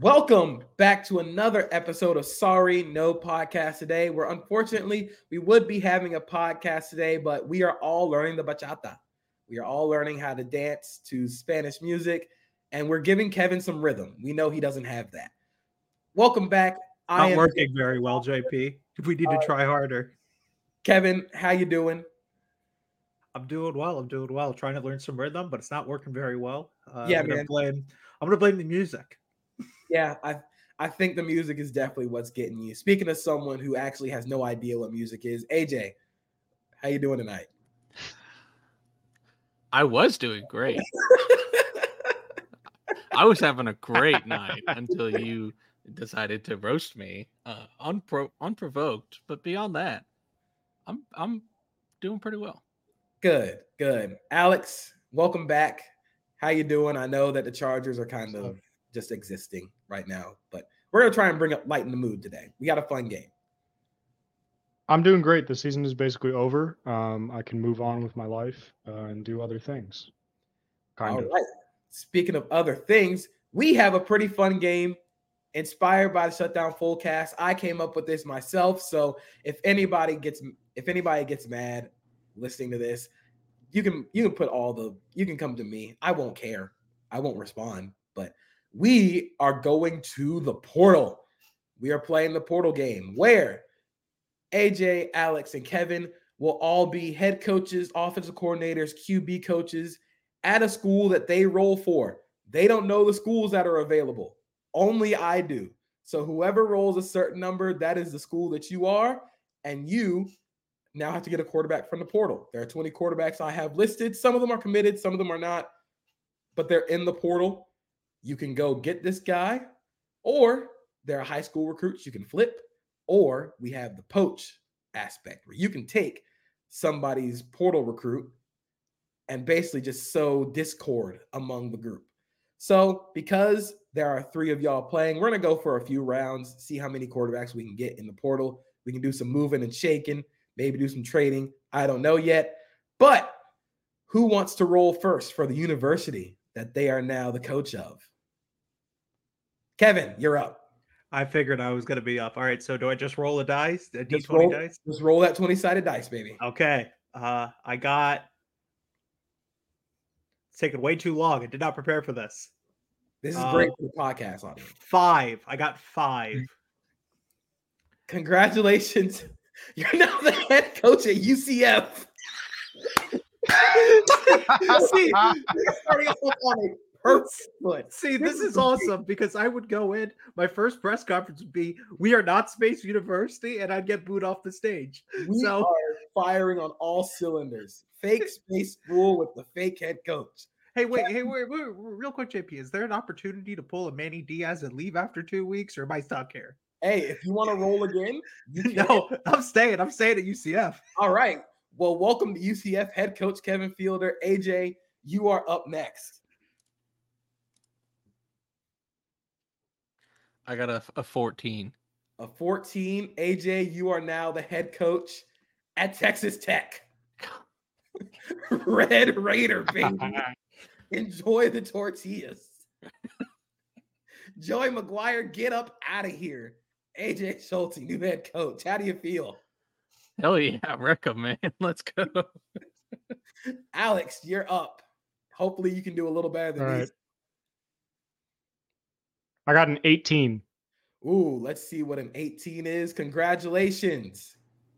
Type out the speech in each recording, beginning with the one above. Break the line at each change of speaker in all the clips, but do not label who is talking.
Welcome back to another episode of Sorry No Podcast today. Where unfortunately we would be having a podcast today, but we are all learning the bachata. We are all learning how to dance to Spanish music, and we're giving Kevin some rhythm. We know he doesn't have that. Welcome back.
Not
I am Oh.
working very well, JP. We need to try harder.
Kevin. How you doing?
I'm doing well. I'm doing well. Trying to learn some rhythm, but it's not working very well. Uh,
Yeah,
I'm gonna
man.
blame. I'm gonna blame the music.
Yeah, I I think the music is definitely what's getting you. Speaking of someone who actually has no idea what music is, AJ, how you doing tonight?
I was doing great. I was having a great night until you decided to roast me, uh, unpro- unprovoked. But beyond that, I'm I'm doing pretty well.
Good, good. Alex, welcome back. How you doing? I know that the Chargers are kind of just existing right now, but we're gonna try and bring up light in the mood today. We got a fun game.
I'm doing great. The season is basically over. Um, I can move on with my life uh, and do other things. Kind
All
of.
right. Speaking of other things, we have a pretty fun game inspired by the shutdown full cast. I came up with this myself, so if anybody gets if anybody gets mad listening to this, you can you can put all the you can come to me. I won't care. I won't respond, but we are going to the portal. We are playing the portal game where AJ, Alex, and Kevin will all be head coaches, offensive coordinators, QB coaches, at a school that they roll for. They don't know the schools that are available. Only I do. So whoever rolls a certain number, that is the school that you are. And you now have to get a quarterback from the portal. There are 20 quarterbacks I have listed. Some of them are committed, some of them are not, but they're in the portal. You can go get this guy, or there are high school recruits you can flip, or we have the poach aspect where you can take somebody's portal recruit and basically just sow discord among the group. So, because there are three of y'all playing, we're going to go for a few rounds, see how many quarterbacks we can get in the portal. We can do some moving and shaking, maybe do some trading. I don't know yet. But who wants to roll first for the university that they are now the coach of? Kevin, you're up.
I figured I was gonna be up. All right. So do I just roll a dice? A
Just
D20
roll.
dice.
Just roll that 20 sided dice, baby.
Okay. Uh, I got. It's taken way too long. I did not prepare for this.
This is
Uh,
great for the podcast audience.
Five. I got five.
Congratulations. You're now the head coach at UCF. See, we're starting off on a perfect foot.
See,
This
this
is
is awesome because I would go in. My first press conference would be, "We are not Space University," and I'd get booed off the stage.
We
So-
are firing on all cylinders. Fake space school with the fake head coach.
Hey, wait, hey, wait, wait, real quick, JP, is there an opportunity to pull a Manny Diaz and leave after two weeks, or am I stuck here?
Hey, if you want to roll again, you can.
No, I'm staying. I'm staying at UCF.
All right. Well, welcome to UCF head coach Kevin Fielder. AJ, you are up next.
I got a, a 14.
A 14. AJ, you are now the head coach at Texas Tech. Red Raider, baby. Enjoy the tortillas. Joey McGuire, get up out of here. AJ Schulte, new head coach. How do you feel?
Hell yeah, Recca, man. Let's go.
Alex, you're up. Hopefully you can do a little better than
All
these.
right. I got an 18.
Ooh, let's see what an 18 is. Congratulations.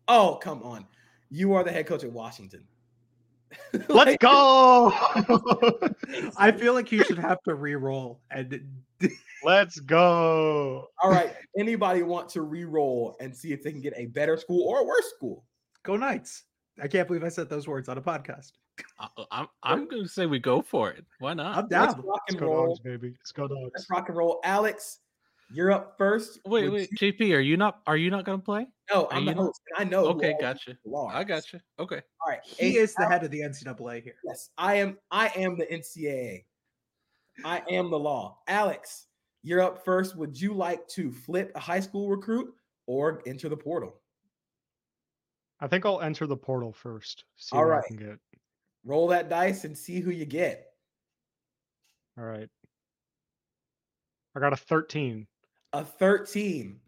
Oh, come on. You are the head coach at Washington.
Let's
Like,
go.
I feel like you should have to re-roll. And
Let's go.
All right. Anybody want to re-roll and see if they can get a better school or a worse school?
go Knights. I can't believe I said those words on a podcast.
I, I'm I'm gonna say we go for it. Why not?
I'm
Let's
down.
rock
Let's
and
go dogs,
roll.
baby. Let's go dogs.
Let's rock and roll. Alex, you're up first.
Wait,
Would
wait,
you-
JP, are you not are you not gonna play?
No, I'm
you
the
know-
host. And I know. who
Okay,
all
gotcha.
you are.
I gotcha. Okay.
All right.
He is the head of the NCAA here.
Yes, I am. I am the NCAA. I am the law. Alex, you're up first. Would you like to flip a high school recruit or enter the portal?
I think I'll enter the portal first. See
All
what
right.
I can get.
Roll that dice and see who you get.
All right. I got a 13.
A 13.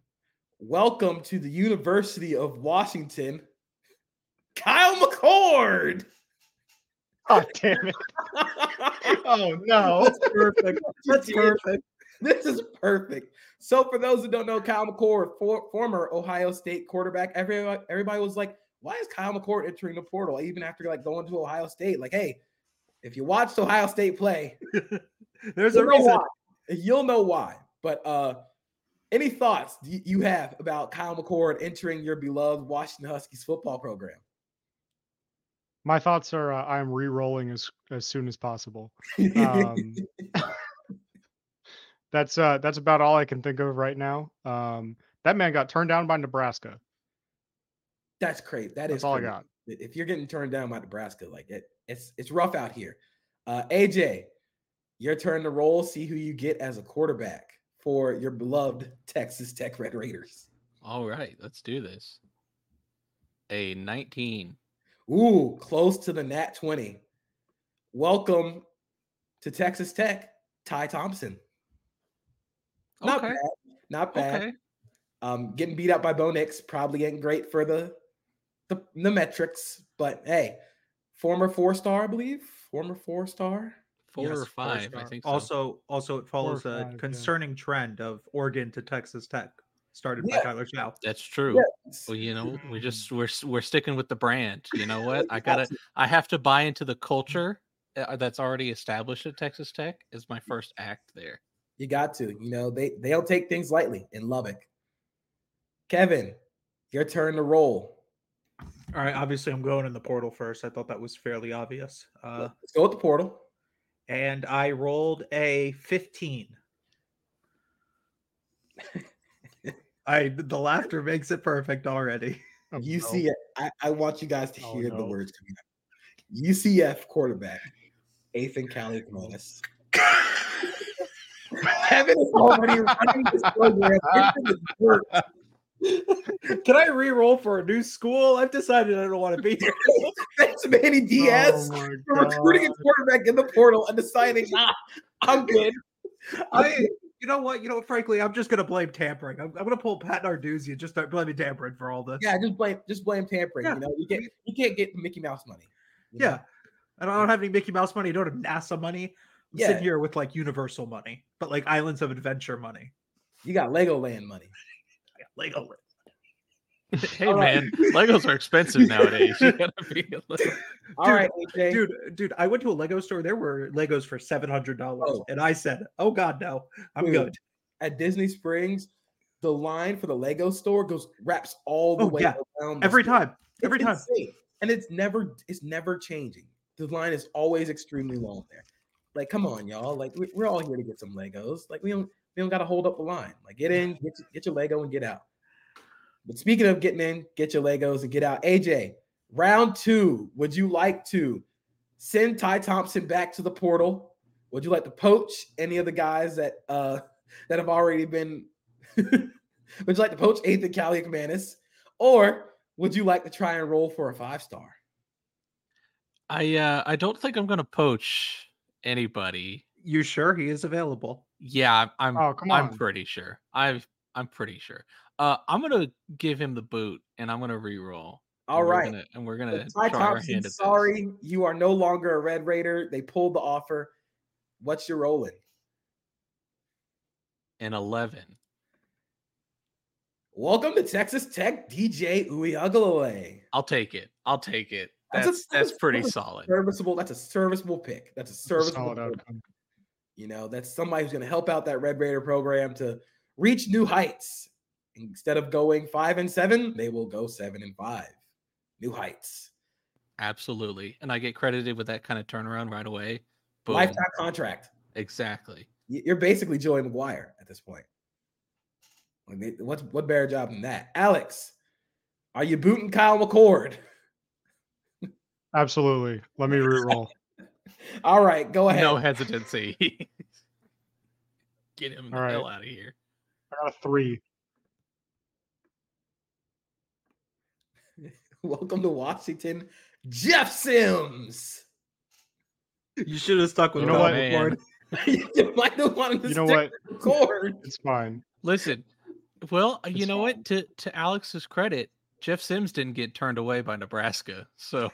Welcome to the University of Washington, Kyle McCord.
Oh, damn it. Oh, no.
That's perfect. That's
did.
perfect.
This is perfect. So, for those who don't know, Kyle McCord, for, former Ohio State quarterback, everybody, everybody was like, "Why is Kyle McCord entering the portal?" Even after like going to Ohio State, like, hey, if you watched Ohio State play,
There's a
you'll know
reason.
why. You'll know why. But uh, any thoughts do you- you have about Kyle McCord entering your beloved Washington Huskies football program?
My thoughts are uh, I'm re rolling as, as soon as possible.
Uh,
Um, that's uh, that's about all I can think of right now. Um, that man got turned down by Nebraska.
That's crazy. That is
That's all I
crazy.
got.
if you're getting turned down by Nebraska, like it, it's it's rough out here. Uh, AJ, your turn to roll. See who you get as a quarterback for your beloved Texas Tech Red Raiders.
All right, let's do this. A 19.
Ooh, close to the nat twenty. Welcome to Texas Tech, Ty Thompson. Not
Okay.
bad. Not bad.
Okay.
Um, getting beat out by Bo Nix probably ain't great for the the, the metrics, but hey, former four star, I believe. Former four star.
Four
Yes,
or
four
five, I
star.
think so.
Also, also it follows a
five, yeah.
concerning trend of Oregon to Texas Tech, started
Yeah.
by Tyler Chow.
That's true. Well, you know, we just we're s- we're sticking with the brand. You know what? I gotta I have to buy into the culture uh, that's already established at Texas Tech. Is my first act there.
You got to. You know, they they don't take things lightly in Lubbock. Kevin, your turn to roll.
All right, obviously I'm going in the portal first. I thought that was fairly obvious. Uh,
Let's go with the portal.
and I rolled a 15. I the laughter makes it perfect already.
Oh, no.
UCF. I, I want you guys to
Oh,
hear the
no.
words coming out. UCF quarterback, Ethan Cali Kamanis. Kevin is already running this program. into the dirt.
Can I re-roll for a new school? I've decided I don't want to be here.
That's Manny Diaz.
Oh,
for
my
recruiting a quarterback in the portal and deciding, ah, I'm good.
I you know what? You know, what, frankly, I'm just gonna blame tampering. I'm, I'm gonna pull Pat Narduzzi and just start blaming tampering for all this.
Yeah, just blame just blame tampering.
Yeah.
You know, you can't you can't get Mickey Mouse money. you know?
Yeah. And I don't have any Mickey Mouse money. I don't have NASA money. I'm
Yeah.
sitting here with like Universal money, but like Islands of Adventure money.
You got Legoland money.
I got Lego.
Hey
All right.
man, Legos are expensive nowadays. You gotta be a little...
All
Dude,
right, AJ.
Dude, uh, dude, I went to a Lego store. There were Legos for seven hundred dollars,
Oh.
and I said, "Oh God, no, I'm
Dude,
good."
At Disney Springs, the line for the Lego store goes wraps all the
Oh,
way
yeah.
around the
Every
store.
time,
It's
every time.
insane. And it's never it's never changing. The line is always extremely long there. Like, come on, y'all. Like, we, we're all here to get some Legos. Like, we don't we don't gotta hold up the line. Like, get in, get, your- get your Lego and get out. But speaking of getting in, get your Legos and get out. AJ, round two. Would you like to send Ty Thompson back to the portal? Would you like to poach any of the guys that uh that have already been? would you like to poach Ethan Caliacmanis? Or would you like to try and roll for a five star?
I uh, I don't think I'm gonna poach anybody.
You sure he is available?
Yeah, I'm- I'm
Oh, come
I'm
on.
pretty sure. I've I'm pretty sure. Uh, I'm gonna give him the boot, and I'm gonna re-roll.
All
and we're
right.
gonna- and we're
So
gonna
Ty
try our
Thompson,
hand at this.
sorry, you are no longer a Red Raider. They pulled the offer. What's your rolling?
An eleven.
Welcome to Texas Tech, DJ Uiagalele.
I'll take it. I'll take it.
That's
That's
a-
that's,
that's a
pretty
solid
solid.
Serviceable. That's a serviceable pick. That's a serviceable.
Solid
pick.
outcome.
You know, that's somebody who's going to help out that Red Raider program to reach new heights. Instead of going five and seven, they will go seven and five. New heights.
Absolutely. And I get credited with that kind of turnaround right away. Boom.
Lifetime contract.
Exactly.
Y- You're basically Joey McGuire at this point. Like, they- what's what better job than that? Alex, are you booting Kyle McCord?
Absolutely. Let me re roll.
All right, go ahead.
No hesitancy. get him the
All right.
hell out of here.
I got a three.
Welcome to Washington, Jeff Sims.
You should have stuck with
You know
Kyle McCord.
what?
you might have wanted to
You know
stick
what?
with record.
It's fine.
Listen, well, you
It's
know what? To to Alex's credit, Jeff Sims didn't get turned away by Nebraska. So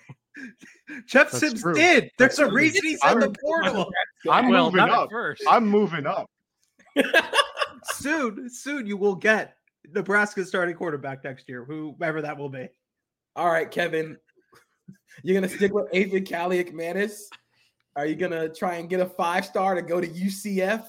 Jeff
That's
Sims
true.
did. There's
That's
a
true.
reason he's in the portal.
I'm
well,
moving
not at
up.
first.
I'm moving up.
Soon, soon you will get Nebraska's starting quarterback next year, whoever that will be.
All right, Kevin. You're gonna stick with Avery Caliac Manis? Are you gonna try and get a five star to go to UCF?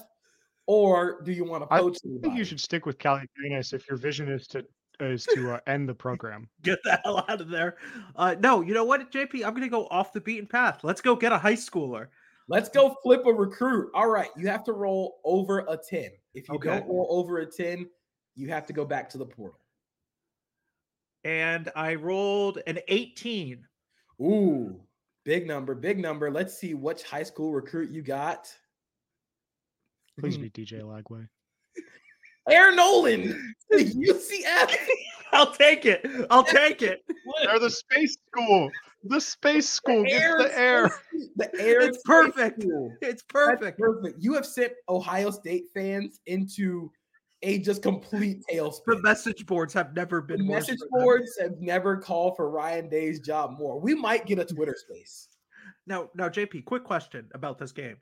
Or do you want to
I
poach
I think you should stick with Cali Greenis if your vision is to is to uh, end the program.
Get the hell out of there. Uh, no, you know what, JP? I'm gonna go off the beaten path. Let's go get a high schooler.
Let's go flip a recruit. All right, you have to roll over a 10. If you
Okay.
don't roll over a 10, you have to go back to the portal.
And I rolled an 18.
Ooh, big number, big number. Let's see which high school recruit you got. Hmm.
Please be DJ Lagway.
Aaron Nolan, to UCF.
I'll take it. I'll take it.
They're the space school. The space school gets the air.
The air.
It's
is
perfect.
cool. That's
It's perfect.
perfect. You have sent Ohio State fans into a just complete
The
tailspin.
message boards have never
The
been worse
message
for them.
boards have never called for Ryan Day's job more. We might get a Twitter space.
Now, now, JP, quick question about this game.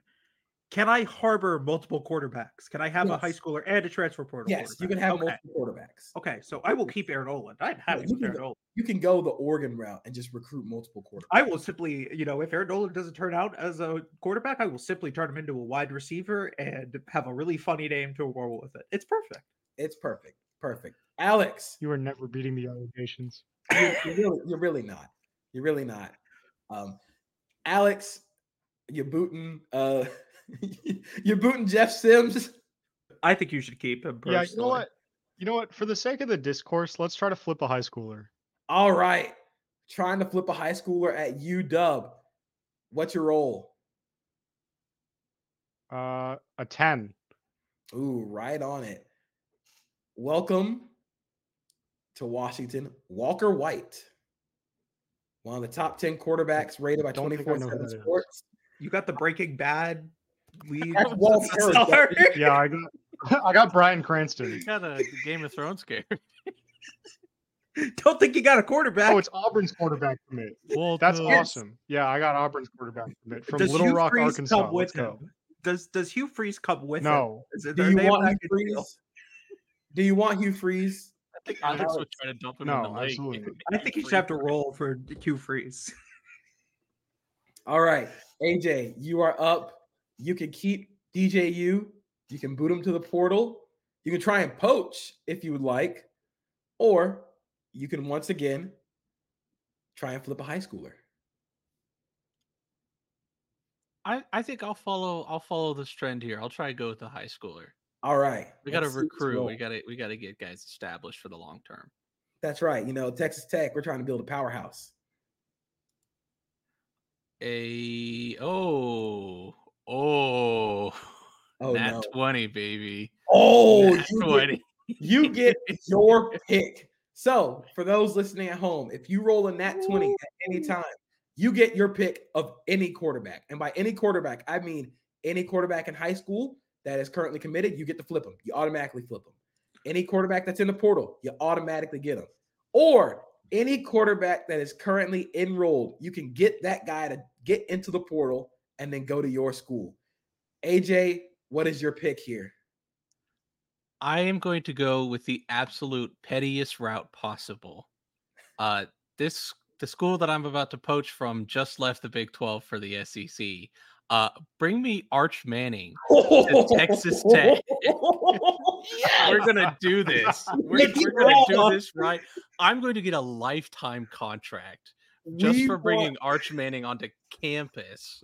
Can I harbor multiple quarterbacks? Can I have a high
Yes.
schooler and a transfer portal?
Yes, you
quarterback?
can have
okay.
multiple quarterbacks.
Okay, so I will keep Aaron Oland. I'm happy
you
with
can
Aaron
go-
Oland.
You can go the Oregon route and just recruit multiple quarterbacks.
I will simply, you know, if Aaron Oland doesn't turn out as a quarterback, I will simply turn him into a wide receiver and have a really funny name to roll with it. It's perfect.
It's perfect. Perfect. Alex,
You are never beating the allegations.
you're, you're really, you're really not. You're really not. Um, Alex, you're booting. Uh, you're booting Jeff Sims.
I think you should keep him.
Yeah, you know
personally.
what? You know what? For the sake of the discourse, let's try to flip a high schooler.
All right. Trying to flip a high schooler at UW. What's your role?
Uh, a ten.
Ooh, right on it. Welcome to Washington. Walker White, one of the top 10 quarterbacks rated by
Don't think I
24
know who
7
that is.
sports.
You got the Breaking Bad lead.
That's Walt Harris,
star.
Yeah, I got I got Brian Cranston.
You got a Game of Thrones scare.
Don't think you got a quarterback.
Oh, it's Auburn's quarterback commit.
Well,
That's
the-
awesome. Yeah, I got Auburn's quarterback commit from
Does
Little
Hugh
Rock,
Freeze
Arkansas.
come
Let's
with
go.
him? Does Does Hugh Freeze come with him?
No,
Is it,
Do
are
you
they a
want Hugh
package deal?
Freeze? Do you want Hugh Freeze?
I think Alex would try to dump him in
no,
the lake.
absolutely.
I think you should have to roll for Hugh Freeze.
All right. AJ, you are up. You can keep DJU. You can boot him to the portal. You can try and poach if you would like. Or you can once again try and flip a high schooler.
I, I think I'll follow I'll follow this trend here. I'll try to go with the high schooler.
All right.
We got to
let's see what's
recruit. We
rolling.
got to we got to get guys established for the long term.
That's right. You know, Texas Tech, we're trying to build a powerhouse.
A oh oh,
Oh,
nat
no.
twenty baby.
Oh,
Nat
you get,
twenty.
you get your pick. So, for those listening at home, if you roll a nat 20 at any time, you get your pick of any quarterback. And by any quarterback, I mean any quarterback in high school that is currently committed, you get to flip them. You automatically flip them. Any quarterback that's in the portal, you automatically get them. Or any quarterback that is currently enrolled, you can get that guy to get into the portal and then go to your school. AJ, what is your pick here?
I am going to go with the absolute pettiest route possible. Uh, this the school that I'm about to poach from just left the Big Twelve for the SEC. Uh, bring me Arch Manning. Texas Tech.
Yes!
We're gonna do this. We're,
Let's
we're gonna
roll.
do this right. I'm going to get a lifetime contract just
We
for
want-
bringing Arch Manning onto campus.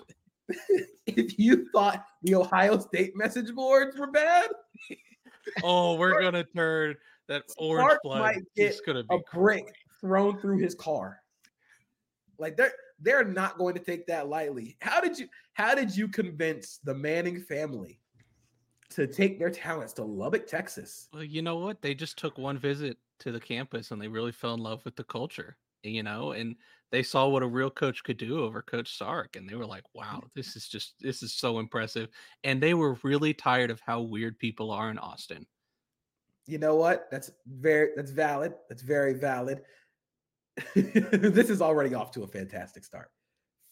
if you thought the Ohio State message boards were bad,
Oh, we're gonna turn that orange
Arch
blood.
might
It's
get
gonna be
a brick
glory.
thrown through his car. Like they're they're not going to take that lightly. How did you how did you convince the Manning family to take their talents to Lubbock, Texas?
Well, you know what? They just took one visit to the campus and they really fell in love with the culture. you know, and they saw what a real coach could do over Coach Sark, and they were like, "Wow, this is just this is so impressive." And they were really tired of how weird people are in Austin.
You know what? That's very that's valid. That's very valid. this is already off to a fantastic start.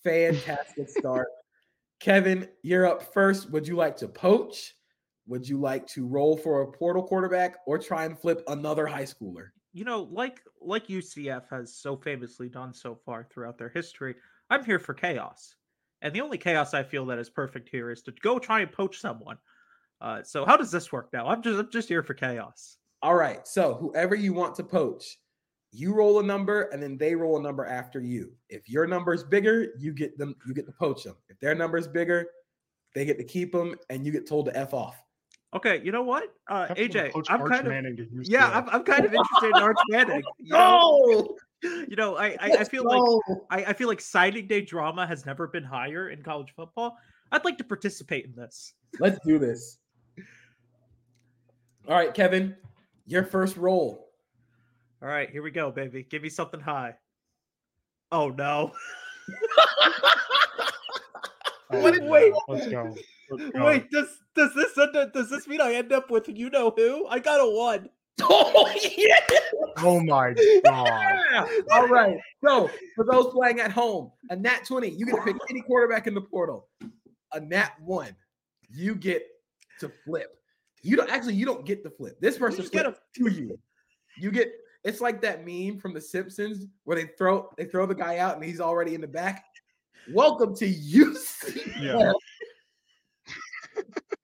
Fantastic start. Kevin, you're up first. Would you like to poach? Would you like to roll for a portal quarterback or try and flip another high schooler?
you know, like like UCF has so famously done so far throughout their history, I'm here for chaos. And the only chaos I feel that is perfect here is to go try and poach someone. Uh, so how does this work now? I'm just I'm just here for chaos.
All right. So whoever you want to poach, you roll a number and then they roll a number after you. If your number is bigger, you get them. You get to poach them. If their number is bigger, they get to keep them, and you get told to f off.
Okay, you know what, uh,
Have to
AJ,
coach
I'm
Arch
kind of
Manning to use
yeah,
that.
I'm, I'm kind of interested in Arch Manning. You know,
No,
you know I, I I
Let's
feel like
go!
I, I feel like signing day drama has never been higher in college football. I'd like to participate in this.
let's do this. All right, Kevin, your first roll.
All right, here we go, baby. Give me something high. Oh no.
Oh,
Wait,
yeah,
wait.
Let's go. Let's go.
Wait, does does this end up, does this mean I end up with you know who? I got a one.
Oh yeah!
Oh my god.
All right. So for those playing at home, a nat 20, you get to pick any quarterback in the portal. A nat one, you get to flip. You don't actually you don't get to flip. This person
just get
flips to you. You get it's like that meme from The Simpsons where they throw they throw the guy out and he's already in the back. Welcome to UC.
Yeah.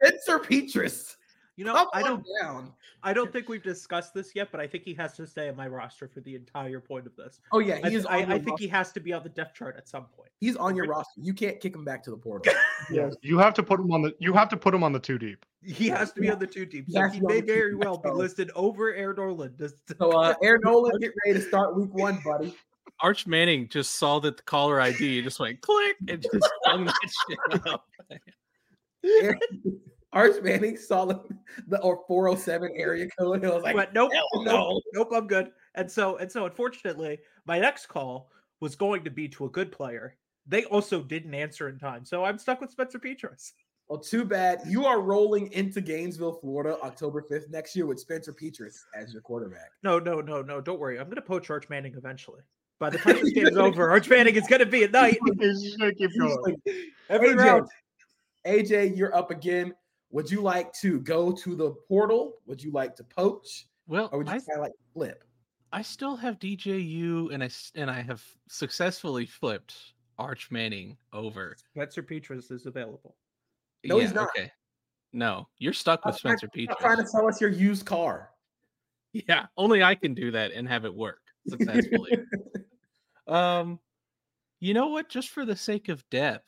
Spencer Petrus.
You
Come
know, I
on
don't
down.
I don't think we've discussed this yet, but I think he has to stay on my roster for the entire point of this.
Oh yeah,
I,
he is.
I,
on your
I think
roster.
he has to be on the depth chart at some point.
he's on your roster. You can't kick him back to the portal.
Yeah. You have to put him on the you have to put him on the two deep.
He has to be on the two deep.
He
So
has
he
to be on
may
the two
very
deep,
well be
so-
listed over Aaron Orland. Does-
So uh Aaron Nolan, get ready to start week one, buddy.
Arch Manning just saw that the caller ID and just went click and just hung that shit up.
Arch Manning saw the, the or 407 area code and was like,
but nope,
hell
nope,
no.
nope, I'm good. And so and so unfortunately, my next call was going to be to a good player. They also didn't answer in time. So I'm stuck with Spencer Petras.
Well, too bad. You are rolling into Gainesville, Florida, October 5th next year with Spencer Petras as your quarterback.
No, no, no, no. Don't worry. I'm going to poach Arch Manning eventually. By the time this game's over, Arch Manning is going to be at night.
He's gonna keep going.
Every
AJ.
round.
AJ, you're up again. Would you like to go to the portal? Would you like to poach?
Well,
Or would you
I,
kind of like flip?
I still have DJU and I s- and I have successfully flipped Arch Manning over.
Spencer Petras is available.
No, he's not.
Okay. No, you're stuck with
I'm trying-
Spencer
Stop trying to
Petras.
sell us your used car.
Yeah, only I can do that and have it work successfully. um, you know what? Just for the sake of depth,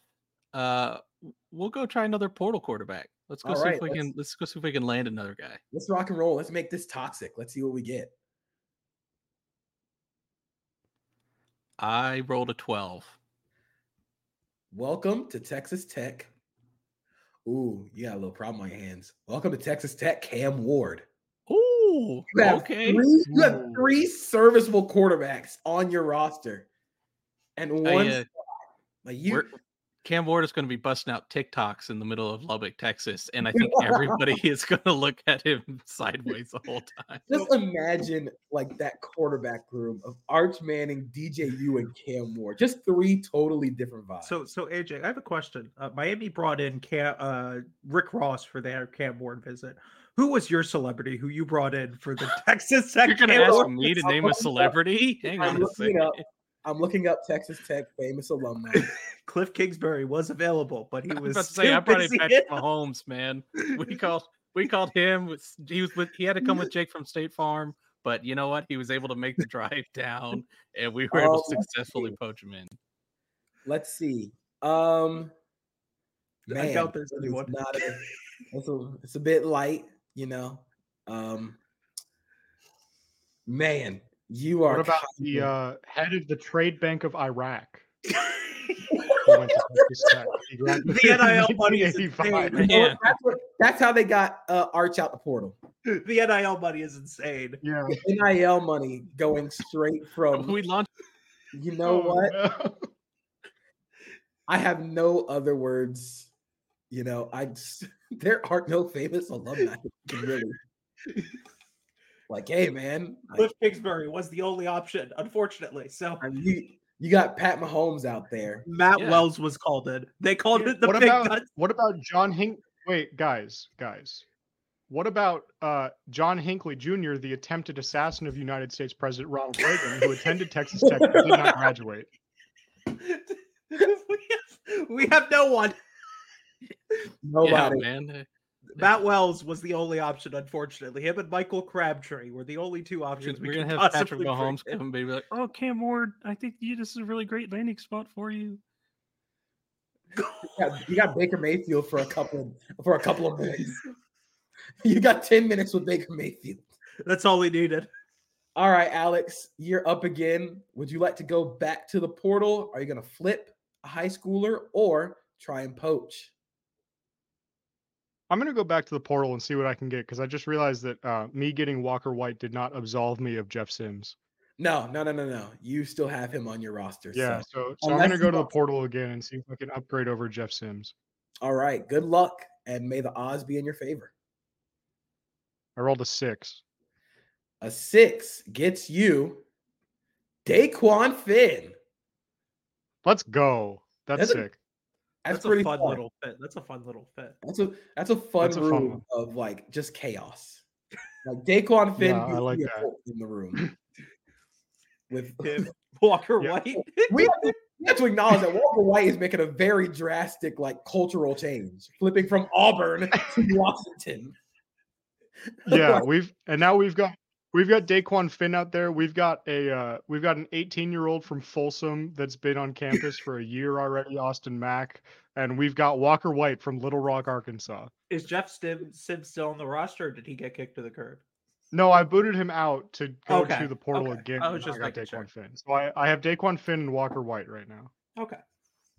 uh, w- we'll go try another portal quarterback. Let's go
All
see
right,
if we
let's-
can. Let's go see if we can land another guy.
Let's rock and roll. Let's make this toxic. Let's see what we get.
I rolled a twelve.
Welcome to Texas Tech. Ooh, you got a little problem on your hands. Welcome to Texas Tech, Cam Ward.
Ooh,
You have,
okay.
three, you have
Ooh.
three serviceable quarterbacks on your roster. And
I,
one,
uh,
like you,
we're- Cam Ward is going to be busting out TikToks in the middle of Lubbock, Texas, and I think everybody is going to look at him sideways the whole time.
just imagine like that quarterback room of Arch Manning, DJU, and Cam Ward. Just three totally different vibes.
So, so AJ, I have a question. Uh, Miami brought in Cam, uh, Rick Ross for their Cam Ward visit. Who was your celebrity who you brought in for the Texas Tech?
You're going to
Cam
ask
Ward?
me to
I'm
name a
looking up-
celebrity? Hang
I'm
on a
looking
second.
up. I'm looking up Texas Tech famous alumni.
Cliff Kingsbury was available, but he
I
was
was about to say I
too
brought in
busy.
Patrick Mahomes, man. We called we called him. with- He was with he had to come with Jake from State Farm, but you know what? He was able to make the drive down, and we were able
Oh,
to
let's
successfully
see.
poach him in.
Let's see. Um,
I doubt there's
this is
anyone.
not a- it's, a, it's a bit light, you know. Um, man, you are.
What about
kind
the
of-
uh, head of the trade bank of Iraq? who went to Texas Tech? He graduated
The
in
NIL money is
1985.
You
insane.
know what?
Man.
that's, what, that's how they got uh, Arch out the portal.
the NIL money is insane.
Yeah.
NIL money going straight from
We launched
You know
Oh,
what?
no.
I have no other words. You know, I just, there are no famous alumni really. Like, hey man, like,
Cliff Kingsbury was the only option, unfortunately. So
you you got Pat Mahomes out there.
Matt
Yeah.
Wells was called in. They called it the
what
big
about
guns.
what about John Hink? Wait, guys, guys. What about uh, John Hinckley Jr., the attempted assassin of United States President Ronald Reagan, who attended Texas Tech but did not graduate?
we, have, we have no one.
Yeah,
Nobody.
man.
Matt Wells was the only option, unfortunately. Him and Michael Crabtree were the only two options we
We're gonna
could
have Patrick
possibly
Mahomes
bring in.
come and be like, "Oh, Cam Ward, I think you, this is a really great landing spot for you."
You got, you got Baker Mayfield for a couple of, for a couple of minutes. You got 10 minutes with Baker Mayfield.
That's all he needed.
All right, Alex, you're up again. Would you like to go back to the portal? Are you going to flip a high schooler or try and poach?
I'm gonna go back to the portal and see what I can get because I just realized that uh, me getting Walker White did not absolve me of Jeff Sims.
No, no, no, no, no. You still have him on your roster.
Yeah,
so-
so, so I'm
Unless
gonna
you
go to the
want-
portal again and see if I can upgrade over Jeff Sims.
All right. Good luck and may the odds be in your favor.
I rolled a six.
A six gets you Daquan Finn.
Let's go. That's
That's a-
sick.
That's,
That's,
pretty
a fun
fun.
little fit. That's a fun little fit.
That's a that's a fun
That's a fun
room
one.
of like just chaos. Like Daquan Finn
Yeah, I
gives
like
me a
that.
bolt in the room. With
Him, Walker
Yeah.
White.
we have, to, we have to acknowledge that Walker White is making a very drastic like cultural change, flipping from Auburn to Washington.
Yeah, we've and now we've got we've got Daquan Finn out there. We've got a uh, we've got an 18 year old from Folsom that's been on campus for a year already, Austin Mack, and we've got Walker White from Little Rock, Arkansas.
Is Jeff Stim, Sims still on the roster or did he get kicked to the curb?
No, I booted him out to go
Okay,
to the portal
okay.
again.
I was
and
just
got
making
Daquan
sure.
Finn. So I, I have Daquan Finn and Walker White right now.
Okay.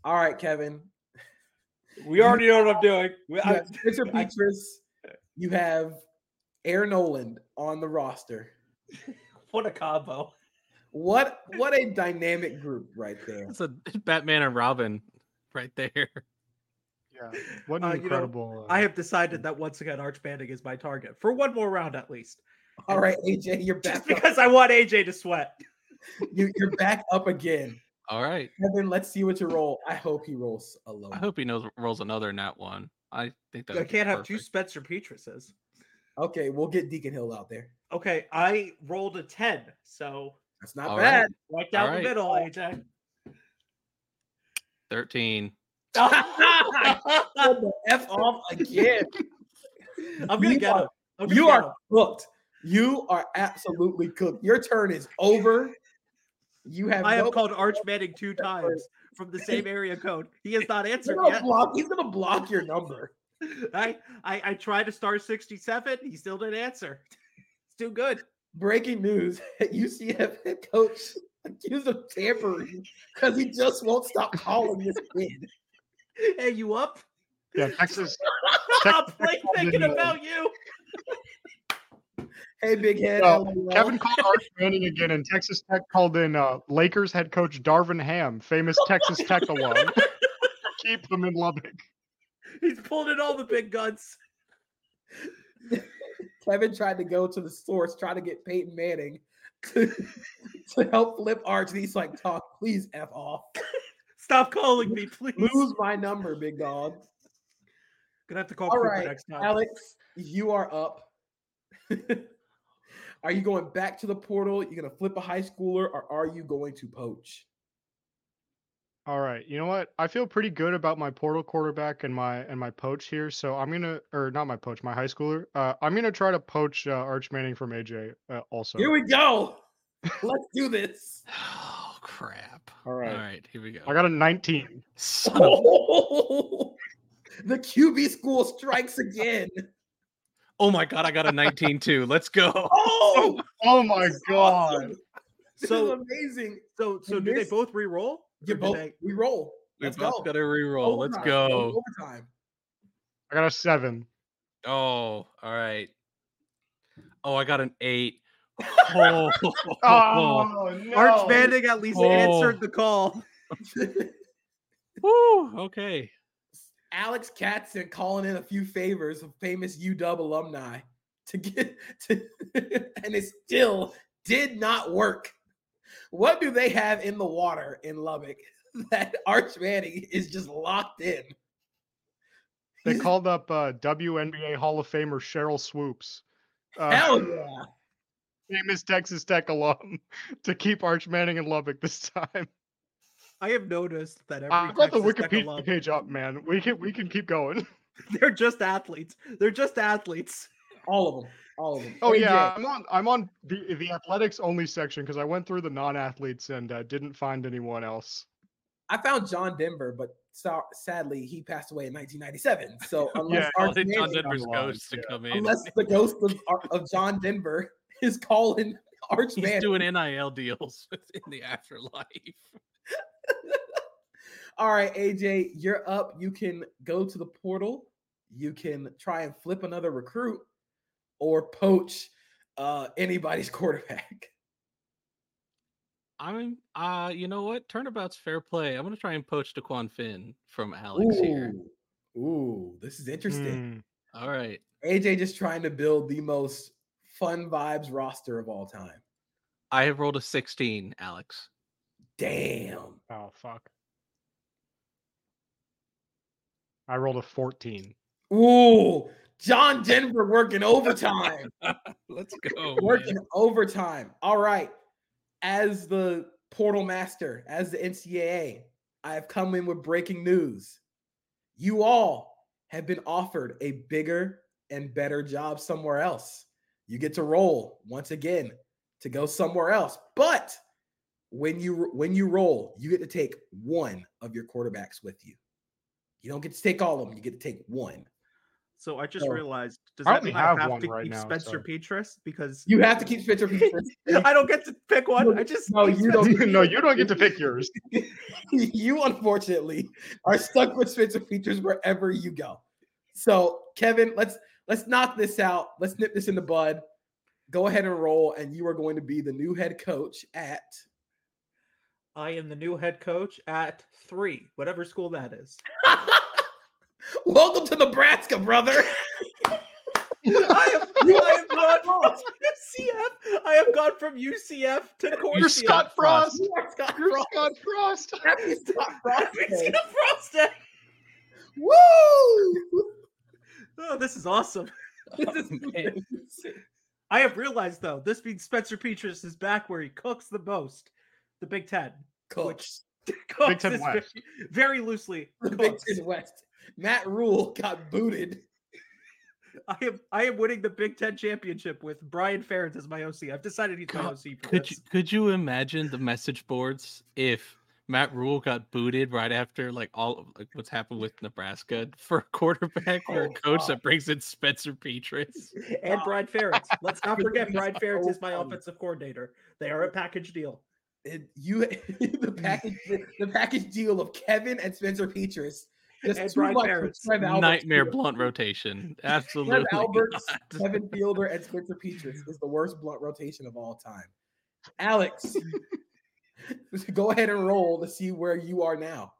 All right, Kevin.
We already know what I'm doing. We-
You
I-
have Spencer
I-
Petrus. You have Aaron Noland on the roster.
what a combo.
What what a dynamic group right there.
That's a Batman and Robin right there.
Yeah, what
Uh,
an
you know,
incredible! uh,
I have decided that once again, Arch Manning is my target for one more round at least.
All right, AJ, you're
Just
back. Up,
because I want AJ to sweat.
you, you're back up again.
All right.
Kevin, let's see what you roll. I hope he rolls a low.
I hope he knows rolls another nat one. I think that
I can't have two Spencer Petruses.
Okay, we'll get Deacon Hill out there.
Okay, I rolled a 10, so
That's not
All
bad.
right.
right down
Alright.
the middle, AJ.
thirteen.
I'm
Pull the F off again.
gonna
You
get
are-
him. I'm gonna
You
get
are cooked. You are absolutely cooked. Your turn is over. You have
him. I have
no-
called Arch Manning two times from the same area code. He has not
he's
answered
gonna
yet.
block. He's gonna block your number.
I, I I tried to star 67. He still didn't answer. It's too good.
Breaking news: UCF head coach accused of tampering because he just won't stop calling his kid.
Hey, you up?
yeah, Texas
I'm like thinking
video.
about you.
Hey, big head.
Well,
LOL.
Kevin called Arch Manning again, and Texas Tech called in uh, Lakers head coach Darvin Ham, famous Texas Tech alum. Keep him in Lubbock.
He's pulling in all the big guns.
Kevin tried to go to the source, try to get Peyton Manning to, to help flip Arch. And he's like, "Talk, please, f off.
Stop calling me, please.
Lose my number, big dog."
Gonna have to call
All
Cooper
right,
next time.
Alex, you are up. are you going back to the portal? You're gonna flip a high schooler, or are you going to poach?
All right, you know what? I feel pretty good about my portal quarterback and my and my poach here. So I'm gonna, or not my poach, my high schooler. Uh, I'm gonna try to poach uh, Arch Manning from AJ. Uh, also,
Here we go. Let's do this.
Oh crap.
All right.
All right, here we go.
I got a 19.
Son of-
the QB school strikes again.
oh my god, I got a 19 too. Let's go.
Oh,
Oh my
this is
god!
awesome. This
So-
is amazing.
So, so
And
do they
this-
both re-roll?
You
Or do
both
they-
we roll.
We
Let's
both
go.
got to re-roll. Let's
Overtime.
go.
Overtime.
I got a seven.
Oh, all right. Oh, I got an eight. Oh,
Oh, no.
Arch Manning at least
Oh.
answered the call.
Woo, okay.
Alex Katzen calling in a few favors of famous UW alumni to get to, and it still did not work. What do they have in the water in Lubbock that Arch Manning is just locked in?
They called up uh, WNBA Hall of Famer Cheryl Swoops, uh,
Hell yeah.
famous Texas Tech alum, to keep Arch Manning in Lubbock this time.
I have noticed that every
I've got the
Texas Tech
Wikipedia
alum-
page up, man. We can we can keep going.
they're just athletes. They're just athletes.
All of them. All of them.
Oh
AJ,
yeah, I'm on I'm on the the athletics only section because I went through the non-athletes and uh, didn't find anyone else.
I found John Denver, but so, sadly he passed away in 1997. So unless
Yeah,
Arch
Wanted John
Manning-
Denver's
online,
ghost to
yeah.
come in.
unless the ghost of, of John Denver is calling Arch
He's
Manning.
doing NIL deals in the afterlife.
All right, AJ, you're up. You can go to the portal. You can try and flip another recruit or poach uh, anybody's quarterback.
I'm uh you know what? Turnabout's fair play. I'm gonna try and poach Daquan Finn from Alex here.
Ooh, ooh, this is interesting.
Hmm.
All right.
AJ just trying to build the most fun vibes roster of all time.
I have rolled a 16, Alex.
Damn.
Oh fuck. I rolled a 14.
Ooh, John Denver working overtime.
Let's go.
working overtime. All right. As the portal master, as the NCAA, I have come in with breaking news. You all have been offered a bigger and better job somewhere else. You get to roll once again to go somewhere else. But when you when you roll, you get to take one of your quarterbacks with you. You don't get to take all of them. You get to take one.
So I just
Oh.
realized does
I
that
only
mean I
have
have
one
to
right
keep
now,
Spencer
sorry.
Petras? Because
You have to keep Spencer Petras.
I don't get to pick one. I just
No,
keep
you
Spencer
don't-
Petras.
no, you don't get to pick yours.
you unfortunately are stuck with Spencer features wherever you go. So Kevin, let's let's knock this out. Let's nip this in the bud. Go ahead and roll, and you are going to be the new head coach at.
I am the new head coach at three, whatever school that is.
Welcome to Nebraska, brother.
I have, I have gone from UCF. I have gone from UCF to Cornell.
You're Scott Frost.
You are Scott
You're
Frost.
Scott Frost.
Happy Scott Frost Day.
Scott Frost. Day.
Woo!
Oh, this is awesome.
This is
man.
I have realized though, this means Spencer Petras is back where he cooks the most. The Big Ten.
coach.
Cooks
Ten
is
West.
Very, very loosely.
The Big
cooks.
Ten West. Matt Rule got booted.
I am I am winning the Big Ten championship with Brian Ferentz as my OC. I've decided he's my
God,
OC for
Could you,
this.
could you imagine the message boards if Matt Rule got booted right after like all of like what's happened with Nebraska for a quarterback or a
Oh,
coach
God.
that brings in Spencer Petras?
And Brian Ferentz. Let's not forget Brian Ferentz is my
funny.
offensive coordinator. They are a package deal.
it, you the package the, the package deal of Kevin and Spencer Petras. Just
And
too
Brian
much for
Ferentz.
Trev Alberts
Nightmare
Fields.
blunt rotation. Absolutely.
Trev Alberts,
not.
Kevin Fielder, and Spencer Petras is the worst blunt rotation of all time. Alex, go ahead and roll to see where you are now.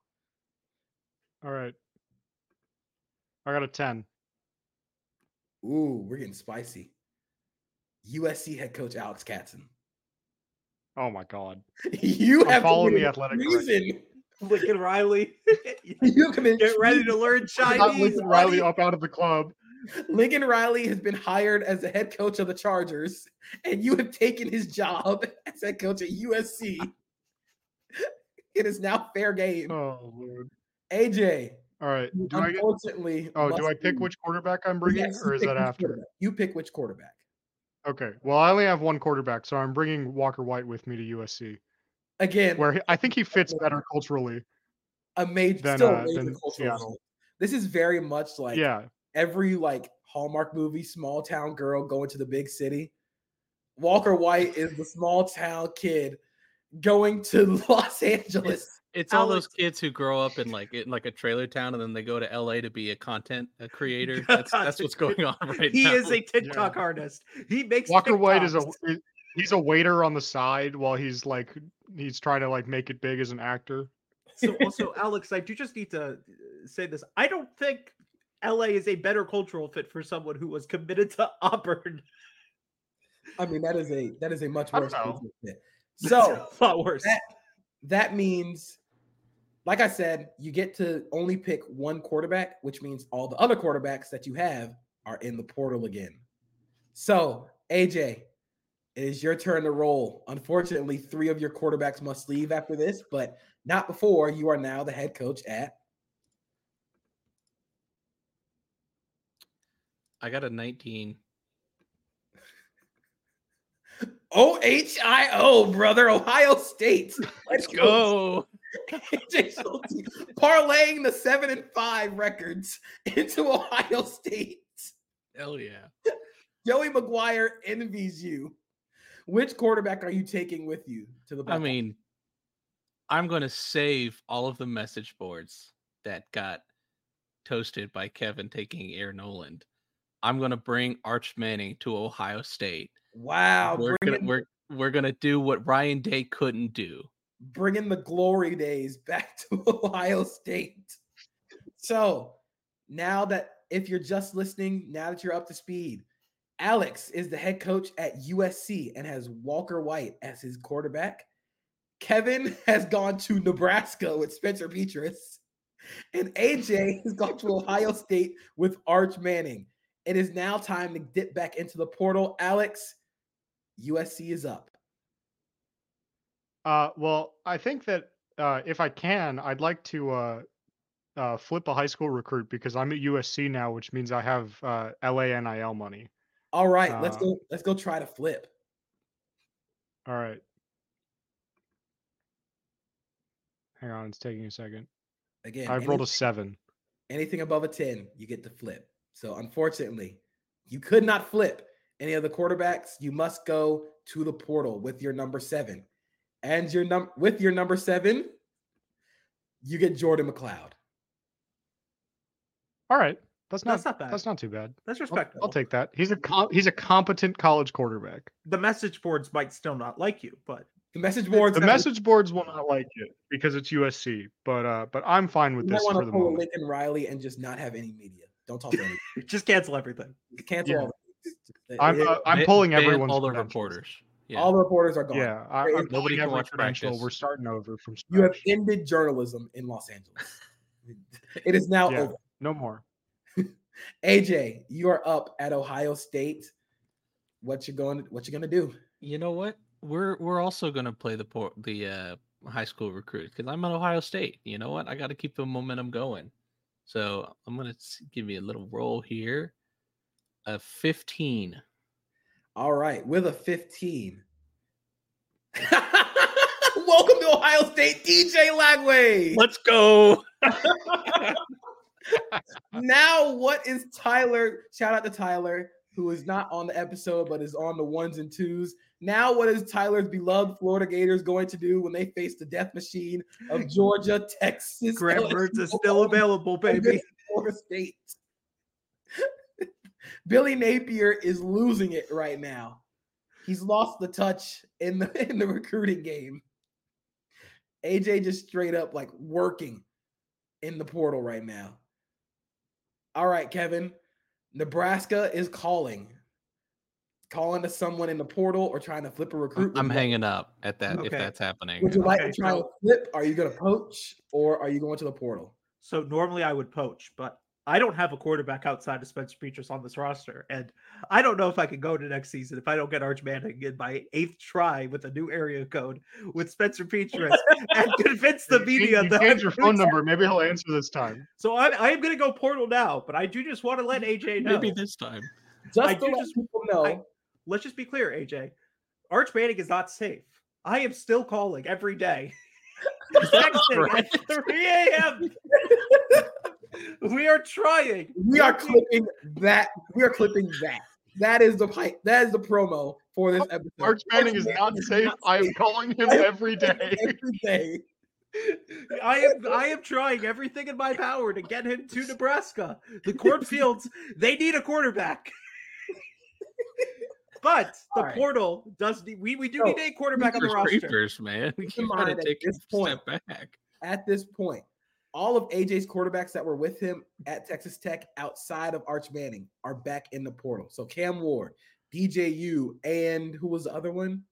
All right. I got a 10.
Ooh, we're getting spicy. USC head coach Alex Katzen.
Oh my god.
You
I'm
have
following
committed
the athletic director.
treason.
Lincoln Riley.
You committed
Get ready
treason.
to learn
I got
Chinese.
Lincoln Riley up out of the club.
Lincoln Riley has been hired as the head coach of the Chargers, and you have taken his job as head coach at USC. It is now fair game.
Oh lord.
AJ,
All right.
you
Do I get
unfortunately.
Oh, do
must
I pick
leave.
which quarterback I'm bringing
Yes, you
or is
pick
that
which
after?
quarterback. You pick which quarterback.
Okay. Well, I only have one quarterback, so I'm bringing Walker White with me to USC,
Again,
where he, I think he fits better culturally.
a major,
than,
still a
uh,
major
than
cultural
Seattle.
shift. This is very much like
yeah.
every like Hallmark movie, small town girl going to the big city. Walker White is the small town kid going to Los Angeles.
It's
Oh,
all those
Alex-
kids who grow up in like in like a trailer town and then they go to LA to be a content a creator. That's that's what's going on right
He
now.
is a TikTok artist. He makes
Walker White is a
TikToks.
is- he's a waiter on the side while he's like he's trying to like make it big as an actor.
So also, Alex, I do just need to uh, say this. I don't think LA is a better cultural fit for someone who was committed to Auburn.
I mean, that is a that is a much
I
worse
don't know.
business fit. So
a lot worse.
that- that means, like I said, you get to only pick one quarterback, which means all the other quarterbacks that you have are in the portal again. So, AJ, it is your turn to roll. Unfortunately, three of your quarterbacks must leave after this, but not before you are now the head coach at.
I got a 19.
O H I O, brother, Ohio State. Let's
Go.
AJ Schulte parlaying the seven and five records into Ohio State.
Hell yeah.
Joey McGuire envies you. Which quarterback are you taking with you to the?
I
Buckeyes?
mean, I'm going to save all of the message boards that got toasted by Kevin taking Air Noland. I'm going to bring Arch Manning to Ohio State.
wow,
we're
bringing,
gonna, we're we're gonna do what Ryan Day couldn't do.
bringing the glory days back to Ohio State. So now that if you're just listening, now that you're up to speed, Alex is the head coach at USC and has Walker White as his quarterback. Kevin has gone to Nebraska with Spencer Petras. And AJ has gone to Ohio State with Arch Manning. It is now time to dip back into the portal. Alex, USC is up.
Uh, well, I think that uh, if I can, I'd like to uh, uh, flip a high school recruit because I'm at USC now, which means I have uh, LA NIL money.
All right, let's
Uh,
go. Let's go try to flip.
All right. Hang on, it's taking a second.
Again,
I've rolled a
anything-
seven.
anything above a 10, you get to flip. So unfortunately, you could not flip any of the quarterbacks. You must go to the portal with your number seven. And your num with your number seven, you get Jordan McLeod.
All right, that's not
That's not bad.
that's not too bad.
That's
I'll,
respectable.
I'll take that. He's a com- he's a competent college quarterback.
the message boards might still not like you, but
The message boards.
The message boards will not like it because it's USC, but uh, but I'm fine with
You might
this
want
for
to
the
pull a
moment.
Lincoln Riley and just not have any media. Don't talk to anyone.
just cancel everything.
Cancel
Yeah.
all. The, media.
I'm
It-
uh, I'm
Ban-
pulling
ban
everyone's
all the
credentials.
reporters. Yeah.
all the reporters are gone.
Yeah, I,
There
I'm
is-
Nobody
pulling
can
every
watch
credential.
practice.
We're starting over from
You have
scratch.
ended journalism in Los Angeles. It is now
Yeah.
over.
no more.
AJ, you are up at Ohio State. What you going? What you gonna do?
You know what? We're we're also gonna play the por- the uh, high school recruit because I'm at Ohio State. You know what? I got to keep the momentum going. So I'm gonna s- give me a little roll here. A 15.
All right, with a 15. Welcome to Ohio State, DJ Lagway.
Let's go.
Now, what is Tyler? Shout out to Tyler, who is not on the episode but is on the ones and twos. Now, what is Tyler's beloved Florida Gators going to do when they face the death machine of Georgia, Texas,
Grant
LSU,
Burns is still available, baby.
Florida State. Billy Napier is losing it right now. He's lost the touch in the in the recruiting game. AJ just straight up like working in the portal right now. All right, Kevin. Nebraska is calling. Calling to someone in the portal or trying to flip a recruit.
I'm hanging up at that if
Okay.
that's happening.
Would you like
Okay,
to try
so-
to flip? Are you going to poach or are you going to the portal?
So normally I would poach, but I don't have a quarterback outside of Spencer Petras on this roster, and I don't know if I can go to next season if I don't get Arch Manning in my eighth try with a new area code with Spencer Petras and convince the
You-
media
You
that
change
I'm
your
doing
phone number. Maybe he'll answer this time.
So I, I am going to go portal now, but I do just want to let AJ know.
Maybe this time.
Just
I
to
do
let
just-
people know.
I- Let's just be clear, AJ. Arch Manning is not safe. I am still calling every day. Texting at 3 a.m. we are trying.
We are
Working-
clipping that. We are clipping that. That is the pipe. That is the promo for this episode.
Arch Manning is not safe. I am calling him every day.
Every day.
I am I am trying everything in my power to get him to Nebraska. The cornfields, they need a quarterback. But the
All right. Oh,
portal does need, we we do
So,
need a quarterback on the
Creepers,
roster.
creepers, man. We
Keep in
gotta
mind at
take a
this point-
step back.
at this point, all of AJ's quarterbacks that were with him at Texas Tech outside of Arch Manning are back in the portal. So Cam Ward, DJU, and who was the other one?